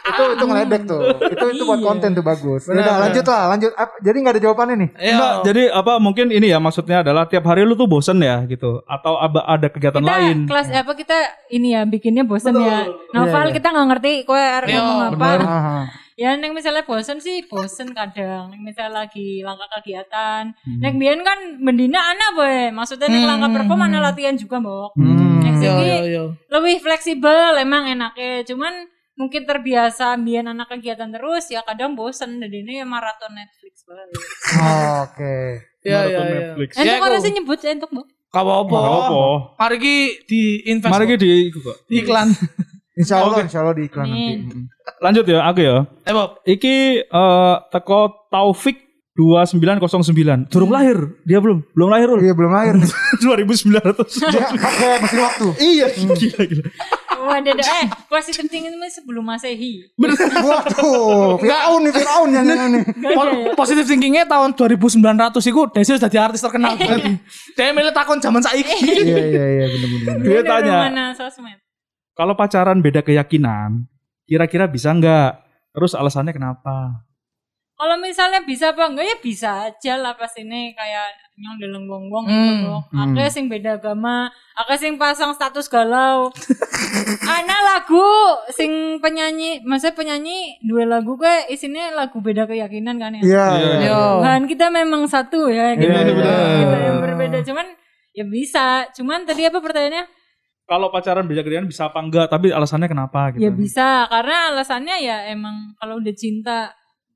Speaker 4: itu itu ngeledek tuh. Itu itu buat
Speaker 1: Iya.
Speaker 4: konten tuh bagus. Ya
Speaker 3: Benar,
Speaker 4: udah
Speaker 3: benar.
Speaker 4: lanjut lah, lanjut. Ap- Jadi nggak ada jawabannya nih.
Speaker 2: Enggak, jadi apa mungkin ini ya maksudnya adalah tiap hari lu tuh bosen ya gitu atau aba- ada kegiatan
Speaker 1: kita
Speaker 2: lain.
Speaker 1: kelas apa kita ini ya bikinnya bosen ya novel kita nggak ngerti kue harus
Speaker 3: Iya,
Speaker 1: ngomong apa
Speaker 4: Aha.
Speaker 1: ya neng misalnya bosen sih bosen kadang neng misalnya lagi langkah kegiatan neng bian kan mendina anak boy maksudnya neng langkah perform anak latihan juga mbok neng
Speaker 3: Yo
Speaker 1: sini
Speaker 3: yo yo.
Speaker 1: lebih fleksibel emang enaknya cuman mungkin terbiasa bian anak kegiatan terus ya kadang bosen jadi ini ya maraton Netflix balik
Speaker 4: Oke.
Speaker 3: Yo yo
Speaker 2: Marathon
Speaker 3: yo.
Speaker 2: Netflix.
Speaker 1: entuk
Speaker 3: iku.
Speaker 1: orang sih nyebut entuk mbok
Speaker 3: Kawa apa?
Speaker 2: Nggak iya. apa-apa.
Speaker 3: Mari ki diinvest.
Speaker 2: Mari
Speaker 3: Mari
Speaker 2: kita di
Speaker 3: di iklan.
Speaker 4: Insya Allah, insya Allah di iklan nanti.
Speaker 1: Amin.
Speaker 2: lanjut ya aku ya.
Speaker 3: Eh Bob.
Speaker 2: Iki eh, teko Taufik 2909. Durung lahir, dia belum belum lahir ul.
Speaker 4: Iya belum lahir.
Speaker 2: 2900.
Speaker 4: Dia pakai mesin waktu.
Speaker 2: iya, gila gila.
Speaker 1: Waduh, eh, pasti penting ini sebelum masehi.
Speaker 4: Waduh, Firaun nih Firaun yang ini.
Speaker 1: ya.
Speaker 3: Po- Positive thinkingnya tahun 2900 iku Desi sudah jadi artis terkenal. Dia milih takon zaman
Speaker 1: Eh,
Speaker 3: saiki.
Speaker 4: Iya iya iya benar-benar.
Speaker 2: Dia
Speaker 1: Dari
Speaker 2: tanya,
Speaker 1: Mana sosmed?
Speaker 2: kalau pacaran beda keyakinan, kira-kira bisa nggak? Terus alasannya kenapa?
Speaker 1: Kalau misalnya bisa apa enggak ya bisa aja lah pas ini kayak nyong deleng wong wong
Speaker 3: Hmm,
Speaker 1: gitu loh. Aku sing beda agama, aku sing pasang status galau. Ana lagu sing penyanyi, maksudnya penyanyi dua lagu gue isinya lagu beda keyakinan kan ya.
Speaker 4: Iya.
Speaker 2: Iya.
Speaker 4: iya.
Speaker 3: Yo.
Speaker 1: Tuhan kita memang satu ya gitu.
Speaker 4: Iya,
Speaker 1: Kita
Speaker 2: benar.
Speaker 1: yang berbeda cuman ya bisa. Cuman tadi apa pertanyaannya?
Speaker 2: Kalau pacaran beda keyakinan bisa apa enggak? Tapi alasannya kenapa gitu?
Speaker 1: Ya bisa, karena alasannya ya emang kalau udah cinta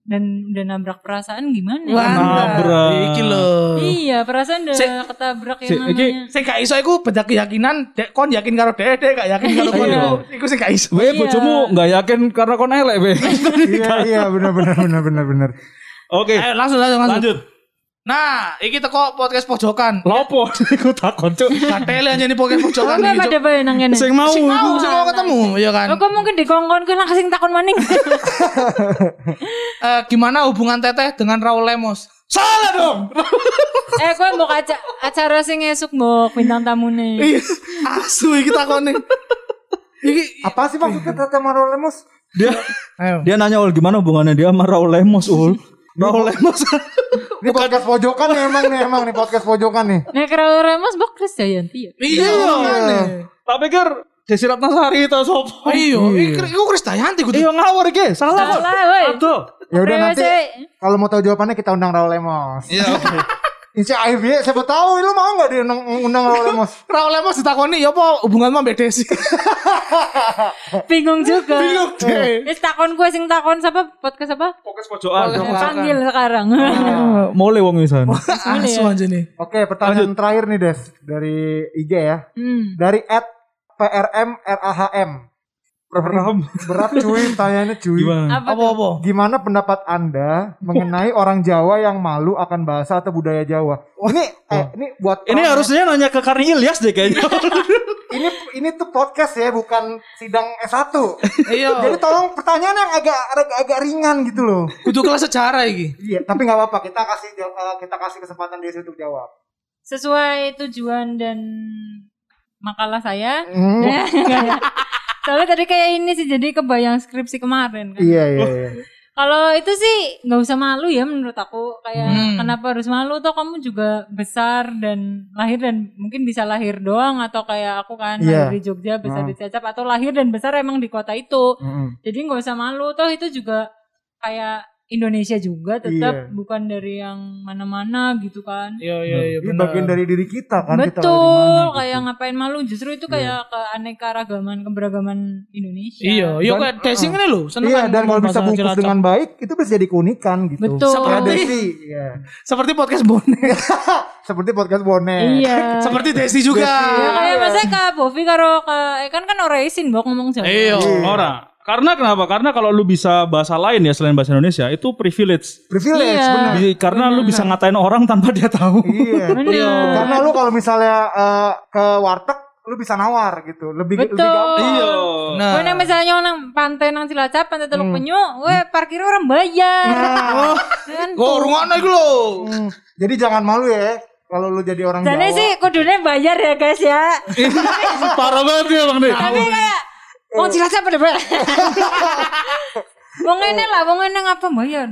Speaker 1: dan udah nabrak perasaan gimana? ya?
Speaker 2: Nabrak.
Speaker 3: Iki lho.
Speaker 1: Iya, perasaan udah
Speaker 3: Sik.
Speaker 1: ketabrak yang
Speaker 2: Sik, iki-
Speaker 1: namanya.
Speaker 3: Sing gak iso iku beda keyakinan, dek kon yakin karo dek, dek gak yakin karo kon.
Speaker 2: Iya.
Speaker 3: iku- Iku sing gak iso.
Speaker 2: Weh,
Speaker 1: Iya.
Speaker 2: bojomu nggak yakin karena kon elek, weh.
Speaker 4: Iya
Speaker 2: Gitu.
Speaker 4: iya benar-benar benar-benar benar.
Speaker 2: Oke,
Speaker 3: Ayo Eh, langsung langsung langsung.
Speaker 2: Eh, lanjut.
Speaker 3: Nah, iki teko podcast pojokan.
Speaker 2: Lopo, aku takon cuk.
Speaker 3: Katele aja nih podcast pojokan
Speaker 1: Apa ya
Speaker 3: iki.
Speaker 1: pada
Speaker 3: Cuk.
Speaker 1: bayang ngene?
Speaker 2: Sing mau.
Speaker 3: Sing mau,
Speaker 2: iku.
Speaker 3: sing mau ketemu, ya kan.
Speaker 1: Aku mungkin dikongkon ke langsung takon maning.
Speaker 3: Eh, gimana hubungan Teteh dengan Raul Lemos? Salah dong.
Speaker 1: eh, gue mau aca acara sing esuk mau bintang tamune.
Speaker 3: Iya, Asu iki takone. Iki
Speaker 4: Apa sih maksudnya
Speaker 2: Iya.
Speaker 4: Tata Marol Lemos?
Speaker 2: Dia
Speaker 3: ayo.
Speaker 2: dia nanya ul gimana hubungannya dia sama Raul Lemos ul. Raul Lemos.
Speaker 4: Ini podcast pojokan nih emang nih emang nih podcast pojokan nih.
Speaker 1: Nek Raul Ramos bok Chris Dayanti ya.
Speaker 3: Iya. makane.
Speaker 2: Tak pikir Desi Ratnasari ta sopo?
Speaker 3: Iya, iki iku Kris Dayanti kudu.
Speaker 2: Iya ngawur iki, salah kok.
Speaker 1: Salah woi.
Speaker 2: Aduh.
Speaker 4: Ya udah
Speaker 1: Priwe,
Speaker 4: nanti
Speaker 1: Cek.
Speaker 4: kalau mau tahu jawabannya kita undang Raul Lemos.
Speaker 3: Iya.
Speaker 4: Insya Allah siapa tahu lu mau nggak diundang undang Raul Lemos?
Speaker 3: Raul Lemos ditakoni ya apa hubunganmu mbek Desi?
Speaker 1: Bingung juga.
Speaker 3: Bingung deh.
Speaker 1: Wis takon gue sing takon siapa podcast apa?
Speaker 2: Fokus pojokan.
Speaker 1: Panggil sekarang.
Speaker 2: Mole wong wisan.
Speaker 3: Asu ya. aja nih.
Speaker 4: Oke, pertanyaan terakhir nih Des dari IG ya.
Speaker 1: Hmm.
Speaker 4: Dari at PRM RAHM. Berat cuy, pertanyaannya cuy.
Speaker 2: Gimana?
Speaker 1: Apa?
Speaker 3: Apa apa?
Speaker 4: Gimana pendapat Anda mengenai orang Jawa yang malu akan bahasa atau budaya Jawa? Ini eh, ini buat
Speaker 2: Ini harusnya nanya ke Karni Ilyas deh kayaknya.
Speaker 4: ini ini tuh podcast ya, bukan sidang S1. Jadi
Speaker 3: Iya.
Speaker 4: tolong pertanyaan yang agak agak, agak ringan gitu loh.
Speaker 3: Kudu kelas sejarah iki.
Speaker 4: Iya, tapi nggak apa-apa. Kita kasih jaw- eh, kita kasih kesempatan dia untuk jawab.
Speaker 1: Sesuai tujuan dan makalah saya.
Speaker 4: Hmm,
Speaker 1: Soalnya tadi kayak ini sih jadi kebayang skripsi kemarin kan.
Speaker 4: iya iya. iya.
Speaker 1: Kalau itu sih nggak usah malu ya menurut aku kayak
Speaker 3: Hmm.
Speaker 1: kenapa harus malu toh kamu juga besar dan lahir dan mungkin bisa lahir doang atau kayak aku kan
Speaker 4: Iya.
Speaker 1: lahir di Jogja besar di Cilacap atau lahir dan besar emang di kota itu
Speaker 4: Mm-mm.
Speaker 1: jadi nggak usah malu toh itu juga kayak Indonesia juga tetap
Speaker 4: Iya.
Speaker 1: bukan dari yang mana-mana gitu kan
Speaker 3: Iya iya iya
Speaker 4: Ini bagian dari diri kita kan kita lahir di
Speaker 1: betul
Speaker 4: mana,
Speaker 1: kayak
Speaker 4: gitu.
Speaker 1: ngapain malu justru itu kayak keanekaragaman keberagaman Indonesia
Speaker 3: Iya, iya kayak Desi ngene lho, seneng
Speaker 4: Iya
Speaker 3: kan
Speaker 4: dan kalau
Speaker 3: ngomong
Speaker 4: bisa
Speaker 3: bahasa
Speaker 4: bungkus
Speaker 3: Cilacap.
Speaker 4: dengan baik itu bisa jadi keunikan gitu.
Speaker 1: Betul.
Speaker 4: Kayak
Speaker 3: Seperti-
Speaker 4: Desi, iya.
Speaker 3: seperti podcast bonek.
Speaker 4: Seperti podcast bonek.
Speaker 1: iya
Speaker 3: seperti Desi juga.
Speaker 1: Ya kayak maksudnya Kak Bovi karo Kak Ekan kan ora izin mbok ngomong Jawa.
Speaker 3: Iya.
Speaker 2: Ora. Karena kenapa? Karena kalau lu bisa bahasa lain ya selain bahasa Indonesia itu privilege.
Speaker 4: Privilege
Speaker 1: Iya.
Speaker 4: benar.
Speaker 2: Jadi, karena lu bisa ngatain orang tanpa dia tahu.
Speaker 4: Iya.
Speaker 1: Bener.
Speaker 4: Karena lu kalau misalnya eh, ke warteg lu bisa nawar gitu. Lebih lebih
Speaker 1: Betul.
Speaker 4: gampang.
Speaker 2: Iya.
Speaker 3: Nah,
Speaker 1: Kowe nang misalnya nang pantai nang Cilacap, pantai Teluk Penyu, kowe parkir orang bayar.
Speaker 4: Hmm. Nah,
Speaker 1: Kan
Speaker 3: oh, rungokno iku lho.
Speaker 4: hmm. Jadi jangan malu ya kalau lu jadi orang
Speaker 1: Jadi
Speaker 4: Jawa.
Speaker 1: sih kudune bayar ya guys ya.
Speaker 2: Parah banget ya Bang Dik.
Speaker 3: Eh.
Speaker 1: Tapi kayak Wong Cilacap pada bayar. Wong ngene lah, wong ngene ngapa mbak ya?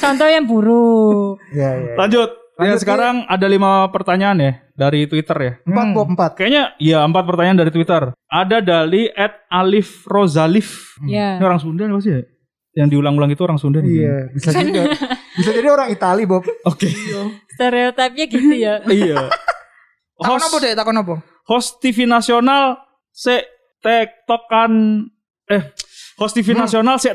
Speaker 1: Contoh yang buruk.
Speaker 4: Iya, iya.
Speaker 2: Lanjut. Ya,
Speaker 4: Lanjut, Ki.
Speaker 2: sekarang ada lima pertanyaan ya dari Twitter ya.
Speaker 4: Empat,
Speaker 3: Hmm.
Speaker 4: Bob, empat.
Speaker 2: Kayaknya ya empat pertanyaan dari Twitter. Ada dari at Alif Rozalif.
Speaker 3: Hmm.
Speaker 1: Ya.
Speaker 2: Ini orang Sunda nih pasti ya? Yang diulang-ulang itu orang Sunda nih.
Speaker 4: Iya, bisa juga. Bisa jadi orang Itali, Bob.
Speaker 2: Oke.
Speaker 1: Stereotipnya gitu ya.
Speaker 2: iya.
Speaker 3: Takon apa
Speaker 2: Host,
Speaker 3: deh, takon apa?
Speaker 2: host TV nasional se tektokan eh host TV nasional se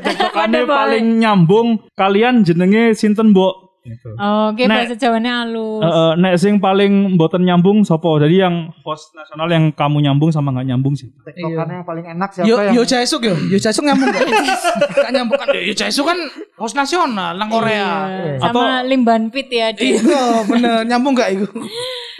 Speaker 1: Waduh,
Speaker 2: tektokane
Speaker 1: Boy.
Speaker 2: paling nyambung kalian jenenge sinten, Mbok? Gitu.
Speaker 1: Oke,
Speaker 3: Nah.
Speaker 2: Nek.
Speaker 1: bahasa Jawanya halus.
Speaker 2: Eh, eh, nek sing paling mboten nyambung sopo. Jadi yang host nasional yang kamu nyambung sama nggak nyambung sih.
Speaker 4: Tektokannya yang paling enak siapa
Speaker 3: Iya. Yo
Speaker 4: yang
Speaker 3: Yo
Speaker 4: Iya,
Speaker 3: Jaesuk yo, Yo Jaesuk nyambung kok. Gak nyambung kan Yo Jaesuk kan host nasional nang Korea.
Speaker 1: Iya. Sama Limban Pit ya. Di.
Speaker 3: Iya, bener nyambung gak itu?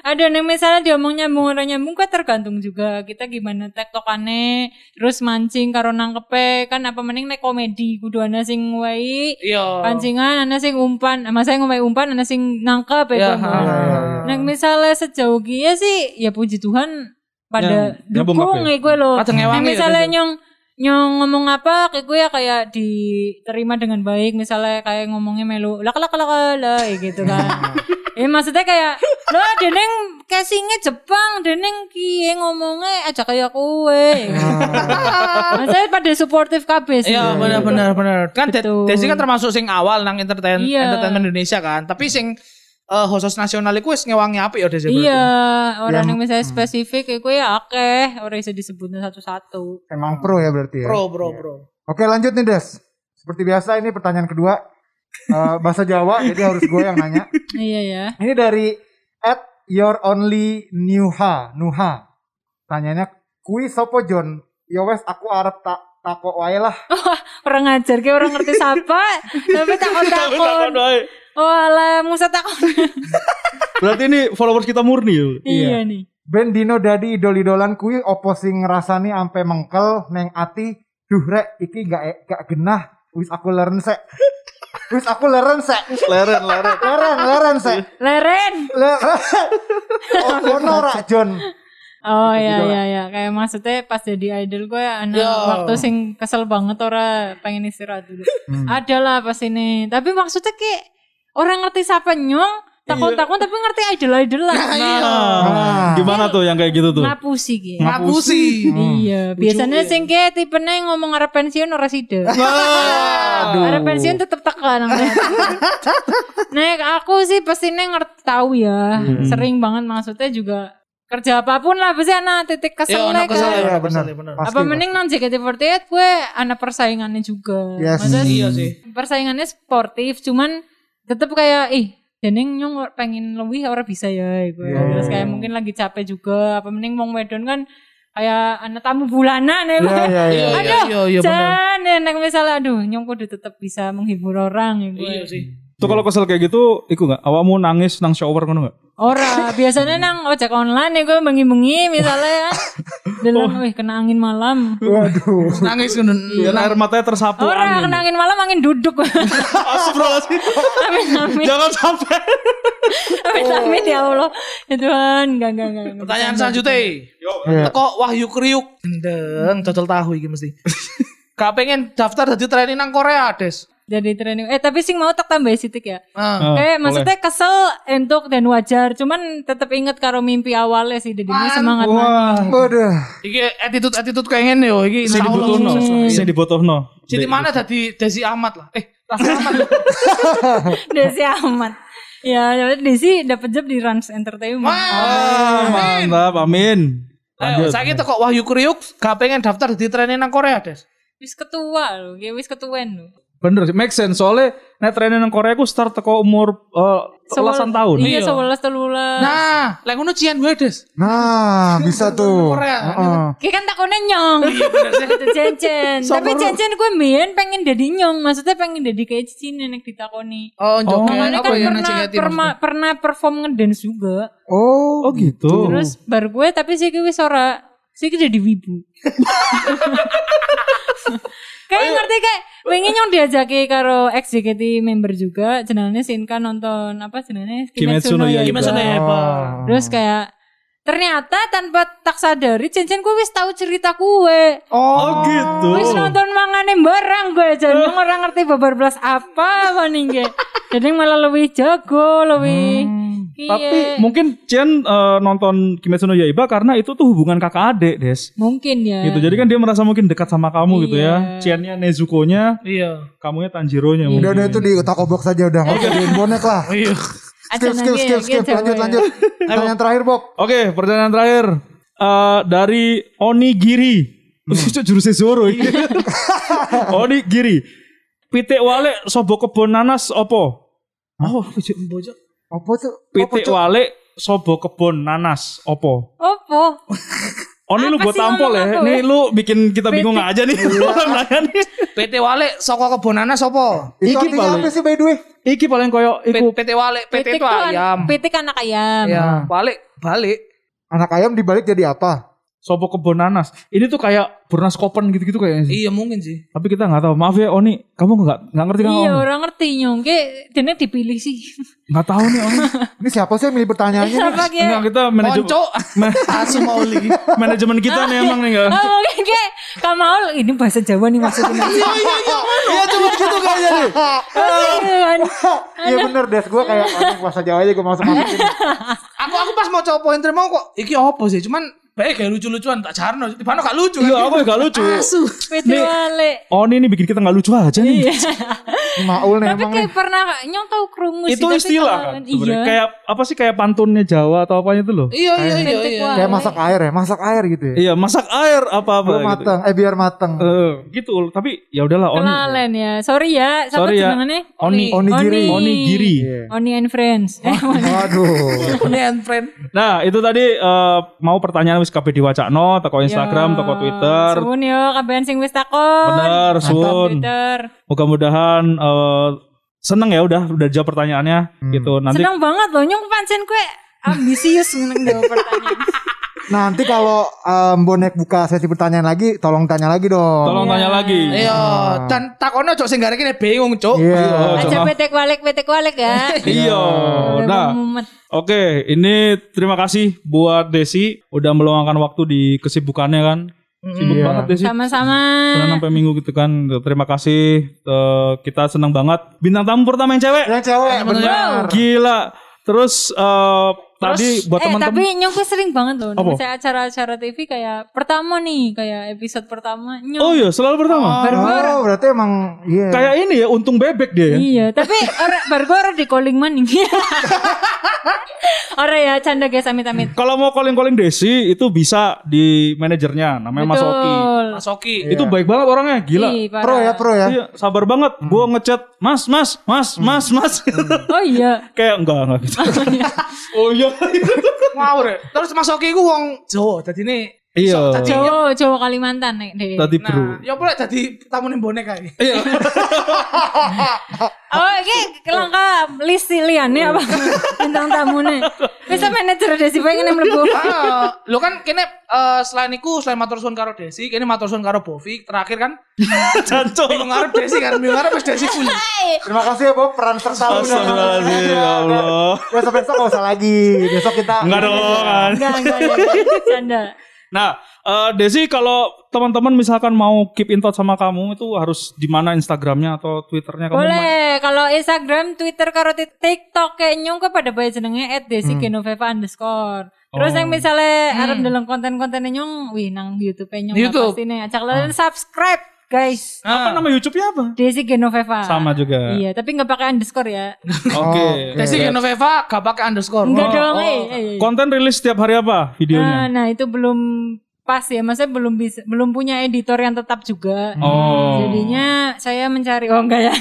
Speaker 1: Ada nih misalnya diomong nyambung orang nyambung kan tergantung juga kita gimana tektokane terus mancing karo nangkepe kan apa mending nek komedi kudu ana sing wae
Speaker 3: Iya.
Speaker 1: pancingan ana sing umpan masa yang ngomai umpan ana sing nangkep
Speaker 3: Ya,
Speaker 1: ya.
Speaker 3: ha.
Speaker 4: iya,
Speaker 1: Bang. Nek misalnya sejauh kia sih ya puji Tuhan pada
Speaker 2: Yang- yang
Speaker 1: dukung
Speaker 2: bungkap ya?
Speaker 1: ya gue loh.
Speaker 3: Padha ngewangi
Speaker 1: Nek
Speaker 3: ya,
Speaker 1: misalnya
Speaker 3: Teza.
Speaker 1: nyong nyong ngomong apa kayak gue ya kayak diterima dengan baik misalnya kayak ngomongnya melu lak lak lak lak ya gitu kan. ya maksudnya kayak lo deneng casingnya Jepang deneng kie ngomongnya aja kayak kue. maksudnya pada suportif kabeh sih.
Speaker 3: Iya benar benar benar. Kan De-
Speaker 1: Betul.
Speaker 3: Desi kan termasuk sing awal nang entertain
Speaker 1: Iya.
Speaker 3: entertainment Indonesia kan. Tapi sing eh host host nasional iku wis ngewangi apik ya Desi. berarti.
Speaker 1: Iya, orang
Speaker 4: Yang-
Speaker 1: yang misalnya spesifik kayak gue ya akeh, orang bisa disebutin satu-satu.
Speaker 4: emang pro ya berarti ya?
Speaker 3: Bro bro bro.
Speaker 4: Oke, lanjut nih, Des. Seperti biasa ini pertanyaan kedua. Eh, bahasa Jawa, jadi harus gue yang nanya.
Speaker 1: Iya ya.
Speaker 4: Ini dari at your only nuha nuha. Tanyanya kui sopo John. Ya wes aku arep tak takok wae lah.
Speaker 1: orang ngajar kayak orang ngerti sapa tapi takon takon oh ala Musa takon
Speaker 2: Berarti ini followers kita murni ya.
Speaker 1: iya nih
Speaker 4: Ben Dino dadi idol-idolan kui opo sing ngrasani ampe mengkel neng ati duh rek iki gak e- gak genah wis aku leren sek. Wis aku leren sek.
Speaker 2: Leren, leren.
Speaker 4: Leren leren sek.
Speaker 1: leren
Speaker 4: Le- Oh, Ono ora John.
Speaker 1: oh iya iya iya kayak maksudnya pas jadi idol gue ya anak
Speaker 3: Yo.
Speaker 1: waktu sing kesel banget ora pengen istirahat dulu ada lah pas ini tapi maksudnya kayak orang ngerti sapa nyong takon takon tapi ngerti idol idol lah Nah,
Speaker 2: Ah, Gimana tuh yang kayak gitu tuh?
Speaker 1: ngapusi gitu
Speaker 3: Nah, Ngapusi.
Speaker 1: Iya,
Speaker 4: Hmm.
Speaker 1: biasanya sing ke tipe neng ngomong arep pensiun ora sida. Arep pensiun tetep tekan. Nek aku sih pasti neng ngerti tahu ya.
Speaker 4: Hmm.
Speaker 1: Sering banget maksudnya juga kerja apapun lah pasti anak titik kesel
Speaker 3: anak
Speaker 1: nek
Speaker 3: kesel
Speaker 1: kan.
Speaker 3: ya.
Speaker 4: Iya benar.
Speaker 3: Pasti, benar.
Speaker 4: Pasti,
Speaker 1: Apa mending nang JKT48 gue anak persaingannya juga.
Speaker 4: Yes.
Speaker 1: Maksudnya
Speaker 3: Iya sih.
Speaker 1: persaingannya sportif cuman tetep kayak ih Deneng nyong pengen lebih orang bisa ya iku.
Speaker 4: Iya,
Speaker 1: Terus kayak mungkin lagi capek juga apa mending wong wedon kan kayak anak tamu bulanan ya.
Speaker 4: Iya iya iya.
Speaker 3: Iya
Speaker 1: Aduh, ya,
Speaker 3: iya iya benar.
Speaker 1: Jan, enak misalnya aduh nyong kudu tetep bisa menghibur orang ya gue.
Speaker 3: Iya sih.
Speaker 2: Tuh kalau kesel kayak gitu, iku nggak? Awakmu nangis nang shower ngono nggak?
Speaker 1: Ora, biasanya nang ojek online ya gue bengi-bengi misalnya kan.
Speaker 4: Oh.
Speaker 1: Delon, wih kena angin malam.
Speaker 4: Waduh.
Speaker 3: Nangis kan.
Speaker 2: Iya, air matanya tersapu
Speaker 1: Ora
Speaker 2: angin.
Speaker 1: kena angin malam angin duduk.
Speaker 2: Astagfirullahaladzim.
Speaker 1: Amin amin
Speaker 2: Jangan sampai.
Speaker 1: amin amin ya Allah. Ya Tuhan, enggak enggak enggak.
Speaker 3: Pertanyaan selanjutnya.
Speaker 4: Iya.
Speaker 3: Teko Wahyu Kriuk. Gendeng, dodol tahu iki mesti. Gak pengen daftar jadi trainee nang Korea, Des.
Speaker 1: Jadi training. Eh tapi sing mau tak tambah sitik ya.
Speaker 3: Nah,
Speaker 1: Kayak maksudnya kesel entuk dan wajar, cuman tetep inget karo mimpi awalnya sih jadi semangat man.
Speaker 4: Waduh.
Speaker 3: iki attitude attitude kayak ngene yo iki.
Speaker 2: Sing dibutuhno. Sing dibutuhno.
Speaker 3: Jadi mana tadi Desi Ahmad lah. Eh, Raffi Ahmad.
Speaker 1: Desi amat. Ya, Desi dapat job di Rans Entertainment.
Speaker 3: eh,
Speaker 2: Ah, mantap, amin.
Speaker 3: Ayo, saya kita kok Wahyu Kriuk gak pengen daftar jadi trainee nang Korea, Des.
Speaker 1: Wis ketua loh, ya wis ketuen loh.
Speaker 2: Bener sih, make sense. Soalnya net training nang Korea aku start teko umur eh, belasan tahun.
Speaker 1: Iya, sebelas telulas.
Speaker 3: Nah, lek ngono cian gue, Des.
Speaker 4: Nah, bisa tuh.
Speaker 2: ya.
Speaker 3: Korea.
Speaker 4: Heeh.
Speaker 1: Kayak kan takutnya nyong. Itu cencen. Tapi cencen gue mien pengen jadi nyong. Maksudnya pengen jadi kayak cici nenek ditakoni.
Speaker 3: Oh,
Speaker 2: Oh.
Speaker 3: joget.
Speaker 1: Mamanya
Speaker 3: Apa
Speaker 1: kan
Speaker 3: ya
Speaker 1: pernah,
Speaker 3: nang JKT
Speaker 1: perma- pernah perform ngedance juga.
Speaker 4: Oh,
Speaker 2: Oh gitu.
Speaker 1: Terus baru gue tapi sih gue wis ora sih gue jadi wibu. kayak ngerti kayak pengen nyong diajaki karo ex JKT member juga jenenge Sinka nonton apa jenenge
Speaker 2: Kimetsu no Yaiba.
Speaker 3: Gimana ya, Pak?
Speaker 1: Terus kayak Ternyata tanpa tak sadari cincin gue wis tahu cerita gue.
Speaker 2: Oh, gitu.
Speaker 1: Wis nonton mangane barang gue jadi orang ngerti babar belas apa maning ge. Jadi malah lebih jago, lebih Iya.
Speaker 2: Hmm. Tapi mungkin Chen eh, nonton Kimetsu no Yaiba karena itu tuh hubungan kakak adik, Des.
Speaker 1: mungkin ya.
Speaker 2: Gitu. Jadi kan dia merasa mungkin dekat sama kamu gitu
Speaker 1: Iya.
Speaker 2: ya. Chen-nya Nezuko-nya,
Speaker 3: Iya.
Speaker 2: kamunya Tanjiro-nya
Speaker 4: Udah
Speaker 2: mungkin.
Speaker 4: udah itu di toko box aja udah nggak usah diin bonek lah.
Speaker 3: Iya.
Speaker 4: Skip skip skip skip lanjut lanjut. Pertanyaan terakhir Bob.
Speaker 2: Oke, pertanyaan terakhir Eh, dari Onigiri.
Speaker 1: Hmm.
Speaker 2: Itu jurusnya Zoro. ya.
Speaker 1: Iya.
Speaker 2: Onigiri. Pitik wale sobo kebon nanas opo? Oh,
Speaker 4: Apa tuh? Apa
Speaker 2: pitik
Speaker 4: tuh?
Speaker 2: wale sobo kebon nanas opo?
Speaker 1: Opo?
Speaker 2: Oni lu
Speaker 1: Apa Iya.
Speaker 2: gue
Speaker 1: sih
Speaker 2: tampol
Speaker 1: ngomong
Speaker 2: ya.
Speaker 1: aku?
Speaker 2: Nih lu bikin kita bingung aja nih. Orang nanya nih.
Speaker 3: PT Wale soko kebonana sopo?
Speaker 4: Itu
Speaker 2: Iki
Speaker 4: artinya
Speaker 2: balik.
Speaker 4: apa sih by the way?
Speaker 2: Iki paling koyo
Speaker 3: P-
Speaker 2: iku
Speaker 3: PT Wale, PT
Speaker 1: Pitik
Speaker 3: itu
Speaker 1: tuh an-
Speaker 3: ayam.
Speaker 1: Pitik anak
Speaker 2: Iya,
Speaker 1: ayam.
Speaker 2: Nah.
Speaker 3: Ya, balik, balik.
Speaker 4: Anak ayam dibalik jadi apa?
Speaker 2: sobo kebon nanas. Ini tuh kayak bernas kopen gitu-gitu kayaknya. sih.
Speaker 3: Iya mungkin sih.
Speaker 2: Tapi kita nggak tahu. Maaf ya Oni, kamu nggak nggak ngerti kan?
Speaker 1: Iya,
Speaker 2: Om?
Speaker 1: orang ngerti nyongke, dene dipilih sih.
Speaker 2: Nggak tahu nih Oni.
Speaker 1: Iya.
Speaker 4: Ini siapa sih yang milih pertanyaannya? nih?
Speaker 1: Apa
Speaker 2: Iya, Enggak
Speaker 1: kayak
Speaker 2: kita manajemen
Speaker 3: Konco, Oh, asu mauli.
Speaker 2: manajemen kita nih emang nih enggak.
Speaker 1: Oh, mungkin kayak Kamaul ini bahasa Jawa nih maksudnya.
Speaker 3: Iya iya iya. Iya cuma gitu kayaknya nih.
Speaker 2: Oh,
Speaker 1: Gitu kan.
Speaker 4: Iya bener Des, gue kayak anjing bahasa Jawa aja gue masuk masukin.
Speaker 3: Aku aku pas mau coba poin terima kok. Iki apa sih? Cuman baik kayak lucu-lucuan tak jarno. Di mana gak lucu kan?
Speaker 2: Iya, aku enggak lucu.
Speaker 3: Asu.
Speaker 1: PT Wale.
Speaker 2: Oni ini bikin kita enggak lucu aja
Speaker 1: Iya.
Speaker 2: nih.
Speaker 4: Maul nih
Speaker 1: Tapi
Speaker 4: emang nih.
Speaker 1: kayak pernah nyong tahu krungu sih.
Speaker 2: Itu
Speaker 1: tapi
Speaker 2: istilah
Speaker 1: kalau-
Speaker 2: kan.
Speaker 1: Iya.
Speaker 2: sebenarnya. Kayak apa sih kayak pantunnya Jawa atau apanya itu loh?
Speaker 3: Iya iya iya.
Speaker 1: Pitik
Speaker 3: iya.
Speaker 1: Wale.
Speaker 4: Kayak masak air ya, masak air gitu ya.
Speaker 2: Iya, masak air apa-apa
Speaker 4: Belum
Speaker 2: gitu.
Speaker 4: mateng, eh biar mateng.
Speaker 2: Eh, gitu. Tapi ya udahlah Oni.
Speaker 1: Kelalen ya. Sorry ya. Siapa
Speaker 2: Sorry ya.
Speaker 1: jenengannya?
Speaker 2: Oni.
Speaker 4: Onigiri.
Speaker 2: Oni Giri.
Speaker 4: Iya.
Speaker 1: Oni and Friends. Eh,
Speaker 4: Waduh.
Speaker 3: Ini and friend.
Speaker 2: Nah, itu tadi eh, mau pertanyaan wis kabeh diwacakno teko Instagram,
Speaker 1: ya.
Speaker 2: toko Twitter.
Speaker 1: Suwun yo kabehan sing wis takon.
Speaker 2: Bener,
Speaker 1: Takon
Speaker 2: suwun.
Speaker 1: Twitter.
Speaker 2: Mudah-mudahan eh, seneng ya udah udah jawab pertanyaannya gitu. Nanti
Speaker 1: Seneng banget loh nyong pancen kue ambisius ngeneng jawab pertanyaan.
Speaker 4: Nanti kalau em, bonek buka sesi pertanyaan lagi, tolong tanya lagi dong.
Speaker 2: tolong tanya lagi.
Speaker 3: Iya. Dan takonnya cok sing gara-gara bingung cok.
Speaker 2: Oh,
Speaker 4: Iya.
Speaker 1: Aja petek walik petek walik ya.
Speaker 2: Iya. Nah,
Speaker 1: Mumet.
Speaker 2: Oke, ini terima kasih buat Desi udah meluangkan waktu di kesibukannya kan. Sibuk
Speaker 4: Iya.
Speaker 2: banget Desi.
Speaker 1: Sama-sama.
Speaker 2: Senang sampai minggu gitu kan. Terima kasih. Eh, kita senang banget. Bintang tamu pertama yang cewek.
Speaker 4: Yang cewek bener.
Speaker 2: Gila. Terus eh, tadi buat
Speaker 1: eh tapi
Speaker 2: teman-teman
Speaker 1: nyong kue sering banget loh.
Speaker 2: Apa?
Speaker 1: Saya acara-acara TV kayak pertama nih kayak episode pertama nyong.
Speaker 2: Oh iya, selalu pertama.
Speaker 4: Oh, berarti emang iya.
Speaker 2: Kayak ini ya, untung bebek dia ya.
Speaker 1: Iya, tapi ora bar gue ora di calling maning. ora ya canda guys amit-amit.
Speaker 2: Kalau mau calling-calling Desi itu bisa di manajernya namanya Mas Oki.
Speaker 3: Iya.
Speaker 1: Betul.
Speaker 3: Masoki.
Speaker 2: Itu baik banget orangnya, gila.
Speaker 1: Ih, parah.
Speaker 4: pro ya, pro ya.
Speaker 2: Iya, sabar banget. Gua ngechat, "Mas, Mas, Mas, Mas, Mas."
Speaker 1: Oh iya.
Speaker 2: kayak enggak enggak gitu. oh iya.
Speaker 3: Ngawur ya. Terus Masoki ku wong Jawa. Jadi ini.
Speaker 2: Iya.
Speaker 1: Jawa, Oh, Jawa Kalimantan nek deh.
Speaker 2: Tadi bro.
Speaker 3: Nah, ya pula jadi tamu nih bonek kayak.
Speaker 2: Iya.
Speaker 1: Oh, iki lengkap list liane apa bintang tamune. Bisa manajer deh sih pengen yang mlebu.
Speaker 3: Ah, lo kan kene eh, selain iku selain matur suwun karo Desi, kene matur suwun karo Bovi, terakhir kan
Speaker 2: Cancok.
Speaker 3: minggu ngarep Desi kan, minggu ngarep wis Desi full.
Speaker 4: Terima kasih ya Bob peran serta udah.
Speaker 2: Astagfirullahaladzim ya Allah.
Speaker 4: Besok besok gak usah lagi. Besok kita Oh.
Speaker 2: Enggak
Speaker 1: Iya,
Speaker 2: dong.
Speaker 1: Enggak, enggak, enggak. Canda.
Speaker 2: Nah, eh, Desi kalau teman-teman misalkan mau keep in touch sama kamu itu harus di mana Instagramnya atau Twitternya kamu?
Speaker 1: Boleh, kalau Instagram, Twitter, karo ti- TikTok kayak nyung kok pada bayar jenenge at
Speaker 2: Hmm.
Speaker 1: Desi Genoveva underscore. Terus
Speaker 2: Oh.
Speaker 1: yang misalnya arep ndeleng konten-kontennya nyung, wih nang YouTube nyung
Speaker 3: YouTube.
Speaker 1: pasti nih.
Speaker 2: Ah.
Speaker 1: Acak kalian subscribe, guys.
Speaker 3: Nah,
Speaker 2: Apa nama YouTube-nya apa?
Speaker 1: Desi Genoveva.
Speaker 2: Sama juga. Oh,
Speaker 1: Iya, tapi nggak pakai underscore ya.
Speaker 2: Oke.
Speaker 3: Desi Genoveva gak pakai underscore.
Speaker 1: Enggak
Speaker 3: Oh,
Speaker 1: dong,
Speaker 3: oh.
Speaker 1: eh, eh.
Speaker 2: Konten rilis setiap hari apa
Speaker 1: Ah,
Speaker 2: videonya?
Speaker 1: nah itu belum pas ya, maksudnya belum bisa, belum punya editor yang tetap juga.
Speaker 2: Oh.
Speaker 1: Jadinya saya mencari oh enggak ya.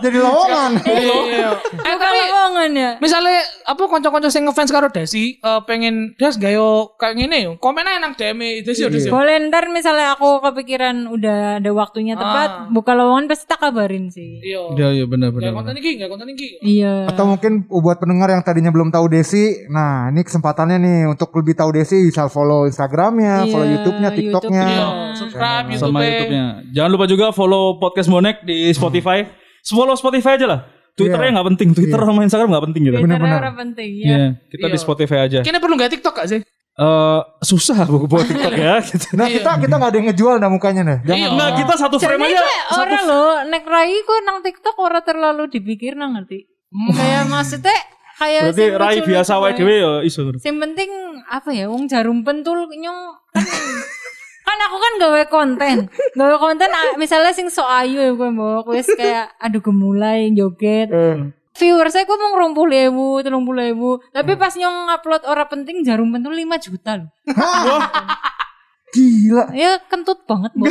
Speaker 4: jadi lowongan.
Speaker 3: Iya.
Speaker 1: Eh kalau lowongan ya.
Speaker 3: Misalnya apa kanca-kanca sing ngefans karo Desi eh, pengen Des gak yo kayak ngene yo. Komen aja nang DM -e, Desi yo
Speaker 2: Iya.
Speaker 3: Desi. yo."
Speaker 1: Boleh ntar misalnya aku kepikiran udah ada
Speaker 2: Ah.
Speaker 1: waktunya tepat, buka lowongan pasti tak kabarin sih.
Speaker 3: Iya.
Speaker 2: Iya, iya benar-benar.
Speaker 3: Gak konten iki, gak konten iki.
Speaker 1: Iya.
Speaker 4: Atau mungkin buat pendengar yang tadinya belum tahu Desi, nah ini kesempatannya nih untuk lebih tahu Desi bisa follow Instagramnya,
Speaker 1: Iya,
Speaker 4: follow YouTube-nya, TikTok-nya.
Speaker 1: YouTube-nya.
Speaker 3: Iya, subscribe YouTube.
Speaker 2: sama YouTube-nya. Jangan lupa juga follow podcast Bonek di Spotify. Follow Spotify aja lah.
Speaker 4: Iya.
Speaker 2: Twitternya nggak penting, Twitter sama Instagram nggak penting gitu.
Speaker 4: Bener. benar-benar.
Speaker 1: orang penting
Speaker 2: Iya,
Speaker 1: ya.
Speaker 2: kita di
Speaker 3: Iya.
Speaker 2: Spotify aja. Eh
Speaker 3: Kayaknya perlu nggak TikTok gak sih?
Speaker 2: susah aku buat TikTok ya. Gitu.
Speaker 4: Nah kita kita nggak ada yang ngejual dah mukanya nih.
Speaker 3: Iya.
Speaker 2: Nah kita satu frame
Speaker 1: Jadi
Speaker 2: aja.
Speaker 1: kayak orang loh, nek Rai ku nang TikTok ora terlalu dipikir nang ngerti.
Speaker 2: Hmm.
Speaker 1: Kayak maksudnya kayak
Speaker 2: Berarti
Speaker 1: sing
Speaker 2: Rai
Speaker 1: lucu-lucu
Speaker 2: biasa wae
Speaker 1: ae.
Speaker 2: dhewe ya iso.
Speaker 1: Sing penting apa ya wong jarum pentul nyong kan, kan aku kan gawe konten. Gawe konten ah, misalnya sing so ayu ya gue mau wis kayak aduh gemulai joget. Viewers saya gue mau rong puluh ewu, telung puluh ewu. Tapi pas nyong upload ora penting jarum pentul 5 juta loh.
Speaker 4: Gila.
Speaker 1: Ya kentut banget bu.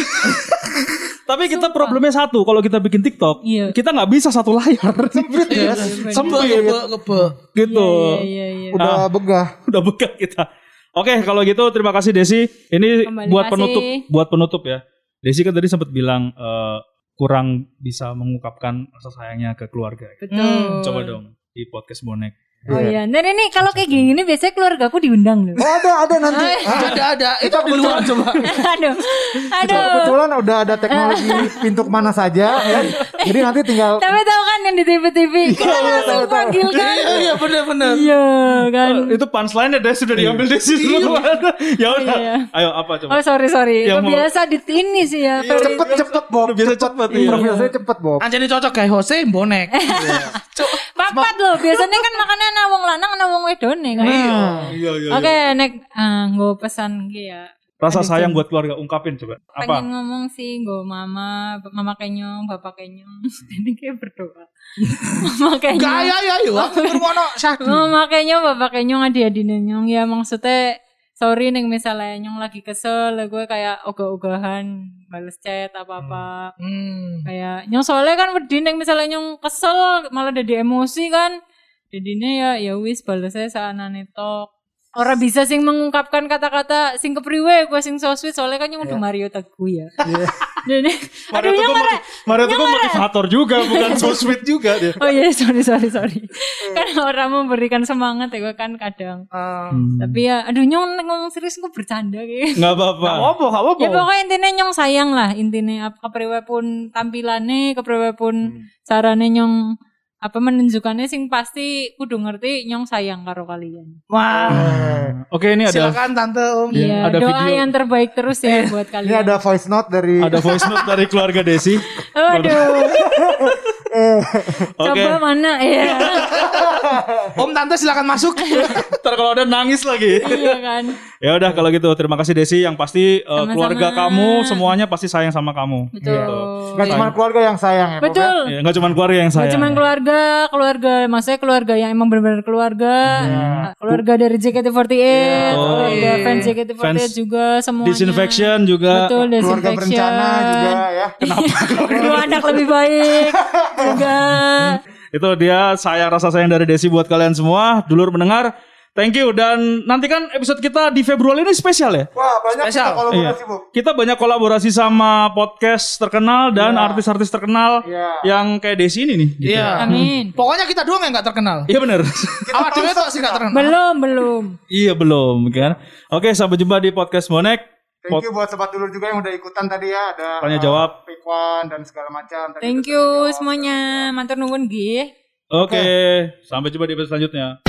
Speaker 2: Tapi kita problemnya satu, kalau kita bikin TikTok,
Speaker 1: Iya.
Speaker 2: kita nggak bisa satu layar
Speaker 4: Sempit ya.
Speaker 3: Ngebe, ngebe, ngebe.
Speaker 2: gitu.
Speaker 1: Iya iya.
Speaker 4: Udah begah.
Speaker 2: Udah bekak kita. Oke, kalau gitu terima kasih Desi. Ini
Speaker 1: Kembali
Speaker 2: buat
Speaker 1: kasih.
Speaker 2: penutup, buat penutup ya. Desi kan tadi sempat bilang eh, kurang bisa mengungkapkan rasa sayangnya ke keluarga.
Speaker 1: Betul.
Speaker 2: Hmm, Coba dong di podcast bonek.
Speaker 1: Oh iya. Dan ini kalau kayak gini biasanya keluarga aku diundang loh.
Speaker 4: Oh ada ada nanti.
Speaker 3: Eh, Ada ada itu Ah. di luar coba.
Speaker 1: aduh. Aduh.
Speaker 4: Kebetulan udah ada teknologi pintu kemana saja. kan. Jadi nanti tinggal
Speaker 1: Tapi tahu kan yang di TV-TV kita langsung panggil kan.
Speaker 3: Iya iya benar benar.
Speaker 1: Iya kan.
Speaker 2: Itu punchline-nya Desi sudah diambil Desi
Speaker 1: Iya.
Speaker 2: duluan. ya udah. Ayo apa coba?
Speaker 1: Oh sorry sorry.
Speaker 2: Yang mau-
Speaker 1: Biasa di ini sih ya. Ferry.
Speaker 4: cepet cepet Bob.
Speaker 2: Lu biasa cepet, iya.
Speaker 4: Improvisasinya cepet Bob.
Speaker 3: Anjani cocok kayak Jose bonek.
Speaker 1: Papat loh. Biasanya kan makannya ana wong lanang ana wong wedone kan.
Speaker 2: Iya, iya.
Speaker 1: Oke, nek ah, nggo pesan iki ya.
Speaker 2: Rasa sayang buat keluarga ungkapin coba. Apa?
Speaker 1: Pengen ngomong sih nggo mama, mama kenyong, bapak kenyong. Ini kayak berdoa. mama kenyong.
Speaker 3: Gak ayo ayo ayo. Aku bermono satu.
Speaker 1: Oh, makanya bapak kayak nyong adi adine nyong ya maksudnya sorry neng misalnya nyong lagi kesel lah gue kayak ogah-ogahan balas chat apa-apa
Speaker 3: Hmm.
Speaker 1: kayak nyong soalnya kan wedi neng misalnya nyong kesel malah jadi emosi kan jadinya ya ya wis balasnya saanane tok Orang bisa sing mengungkapkan kata-kata sing kepriwe gue sing so sweet soalnya kan nyong udah Mario Teguh ya. Jadi aduh
Speaker 2: Iya. Mario
Speaker 1: nyong
Speaker 2: Teguh
Speaker 1: ora-
Speaker 2: Mario tuh motivator juga, bukan so sweet juga dia.
Speaker 1: Oh iya sorry sorry sorry. kan orang memberikan semangat ya gue kan kadang. Tapi ya aduh nyong nek ngomong serius gue bercanda kayak.
Speaker 2: Nggak apa-apa.
Speaker 3: Apa gak apa?
Speaker 1: Ya pokoknya intinya nyong sayang lah intinya ap- kepriwe pun tampilannya kepriwe pun carane nyong apa menunjukkannya sing pasti kudu ngerti nyong sayang karo kalian.
Speaker 3: Wah.
Speaker 2: Oke, ini ada
Speaker 3: Silakan tante om.
Speaker 1: Iya,
Speaker 2: ada
Speaker 1: doa
Speaker 2: video.
Speaker 1: yang terbaik terus ya buat
Speaker 4: Ini
Speaker 1: kalian.
Speaker 4: ada voice note dari
Speaker 2: ada voice note dari keluarga Desi.
Speaker 1: Aduh,
Speaker 2: Oke.
Speaker 1: coba mana ya.
Speaker 3: Om tante silakan masuk.
Speaker 2: Ntar kalau ada nangis lagi.
Speaker 1: iya kan.
Speaker 2: Ya udah kalau gitu terima kasih Desi yang pasti eh,
Speaker 1: Sama-sama.
Speaker 2: keluarga kamu semuanya pasti sayang sama kamu.
Speaker 1: Betul.
Speaker 4: Gak cuma keluarga yang sayang ya. Bob, ya?
Speaker 1: Betul.
Speaker 2: Ya, nggak cuma keluarga yang
Speaker 1: Gak
Speaker 2: sayang.
Speaker 1: cuma keluarga, keluarga, maksudnya keluarga yang emang benar-benar keluarga,
Speaker 2: Iya.
Speaker 1: keluarga dari JKT48, keluarga fans JKT48
Speaker 2: Fans
Speaker 1: juga semuanya.
Speaker 2: Disinfection juga.
Speaker 1: Betul,
Speaker 4: Keluarga
Speaker 1: disinfection.
Speaker 4: berencana juga ya.
Speaker 1: Kenapa? Dua anak lebih baik juga.
Speaker 2: Itu dia sayang rasa sayang dari Desi buat kalian semua, dulur mendengar. Thank you dan nantikan episode kita di Februari ini spesial ya.
Speaker 4: Wah banyak
Speaker 3: Spesial.
Speaker 4: kita kolaborasi
Speaker 2: Iya.
Speaker 4: Bob.
Speaker 2: Kita banyak kolaborasi sama podcast terkenal dan artis-artis terkenal
Speaker 4: Iya.
Speaker 2: yang kayak Desi ini nih. gitu.
Speaker 3: Iya.
Speaker 1: Amin.
Speaker 3: Pokoknya kita doang yang gak terkenal.
Speaker 2: Iya bener.
Speaker 3: Awak dewe tok sih gak terkenal.
Speaker 1: Belum, belum.
Speaker 2: iya belum kan. Oke sampai jumpa di podcast Bonek.
Speaker 4: Thank you buat sobat dulur juga yang udah ikutan tadi ya. Ada
Speaker 2: Tanya
Speaker 4: uh,
Speaker 2: jawab.
Speaker 4: Pikwan dan segala macam. Tadi
Speaker 1: Thank you semuanya. Matur nuwun nggih.
Speaker 2: Oke, sampai jumpa di episode selanjutnya.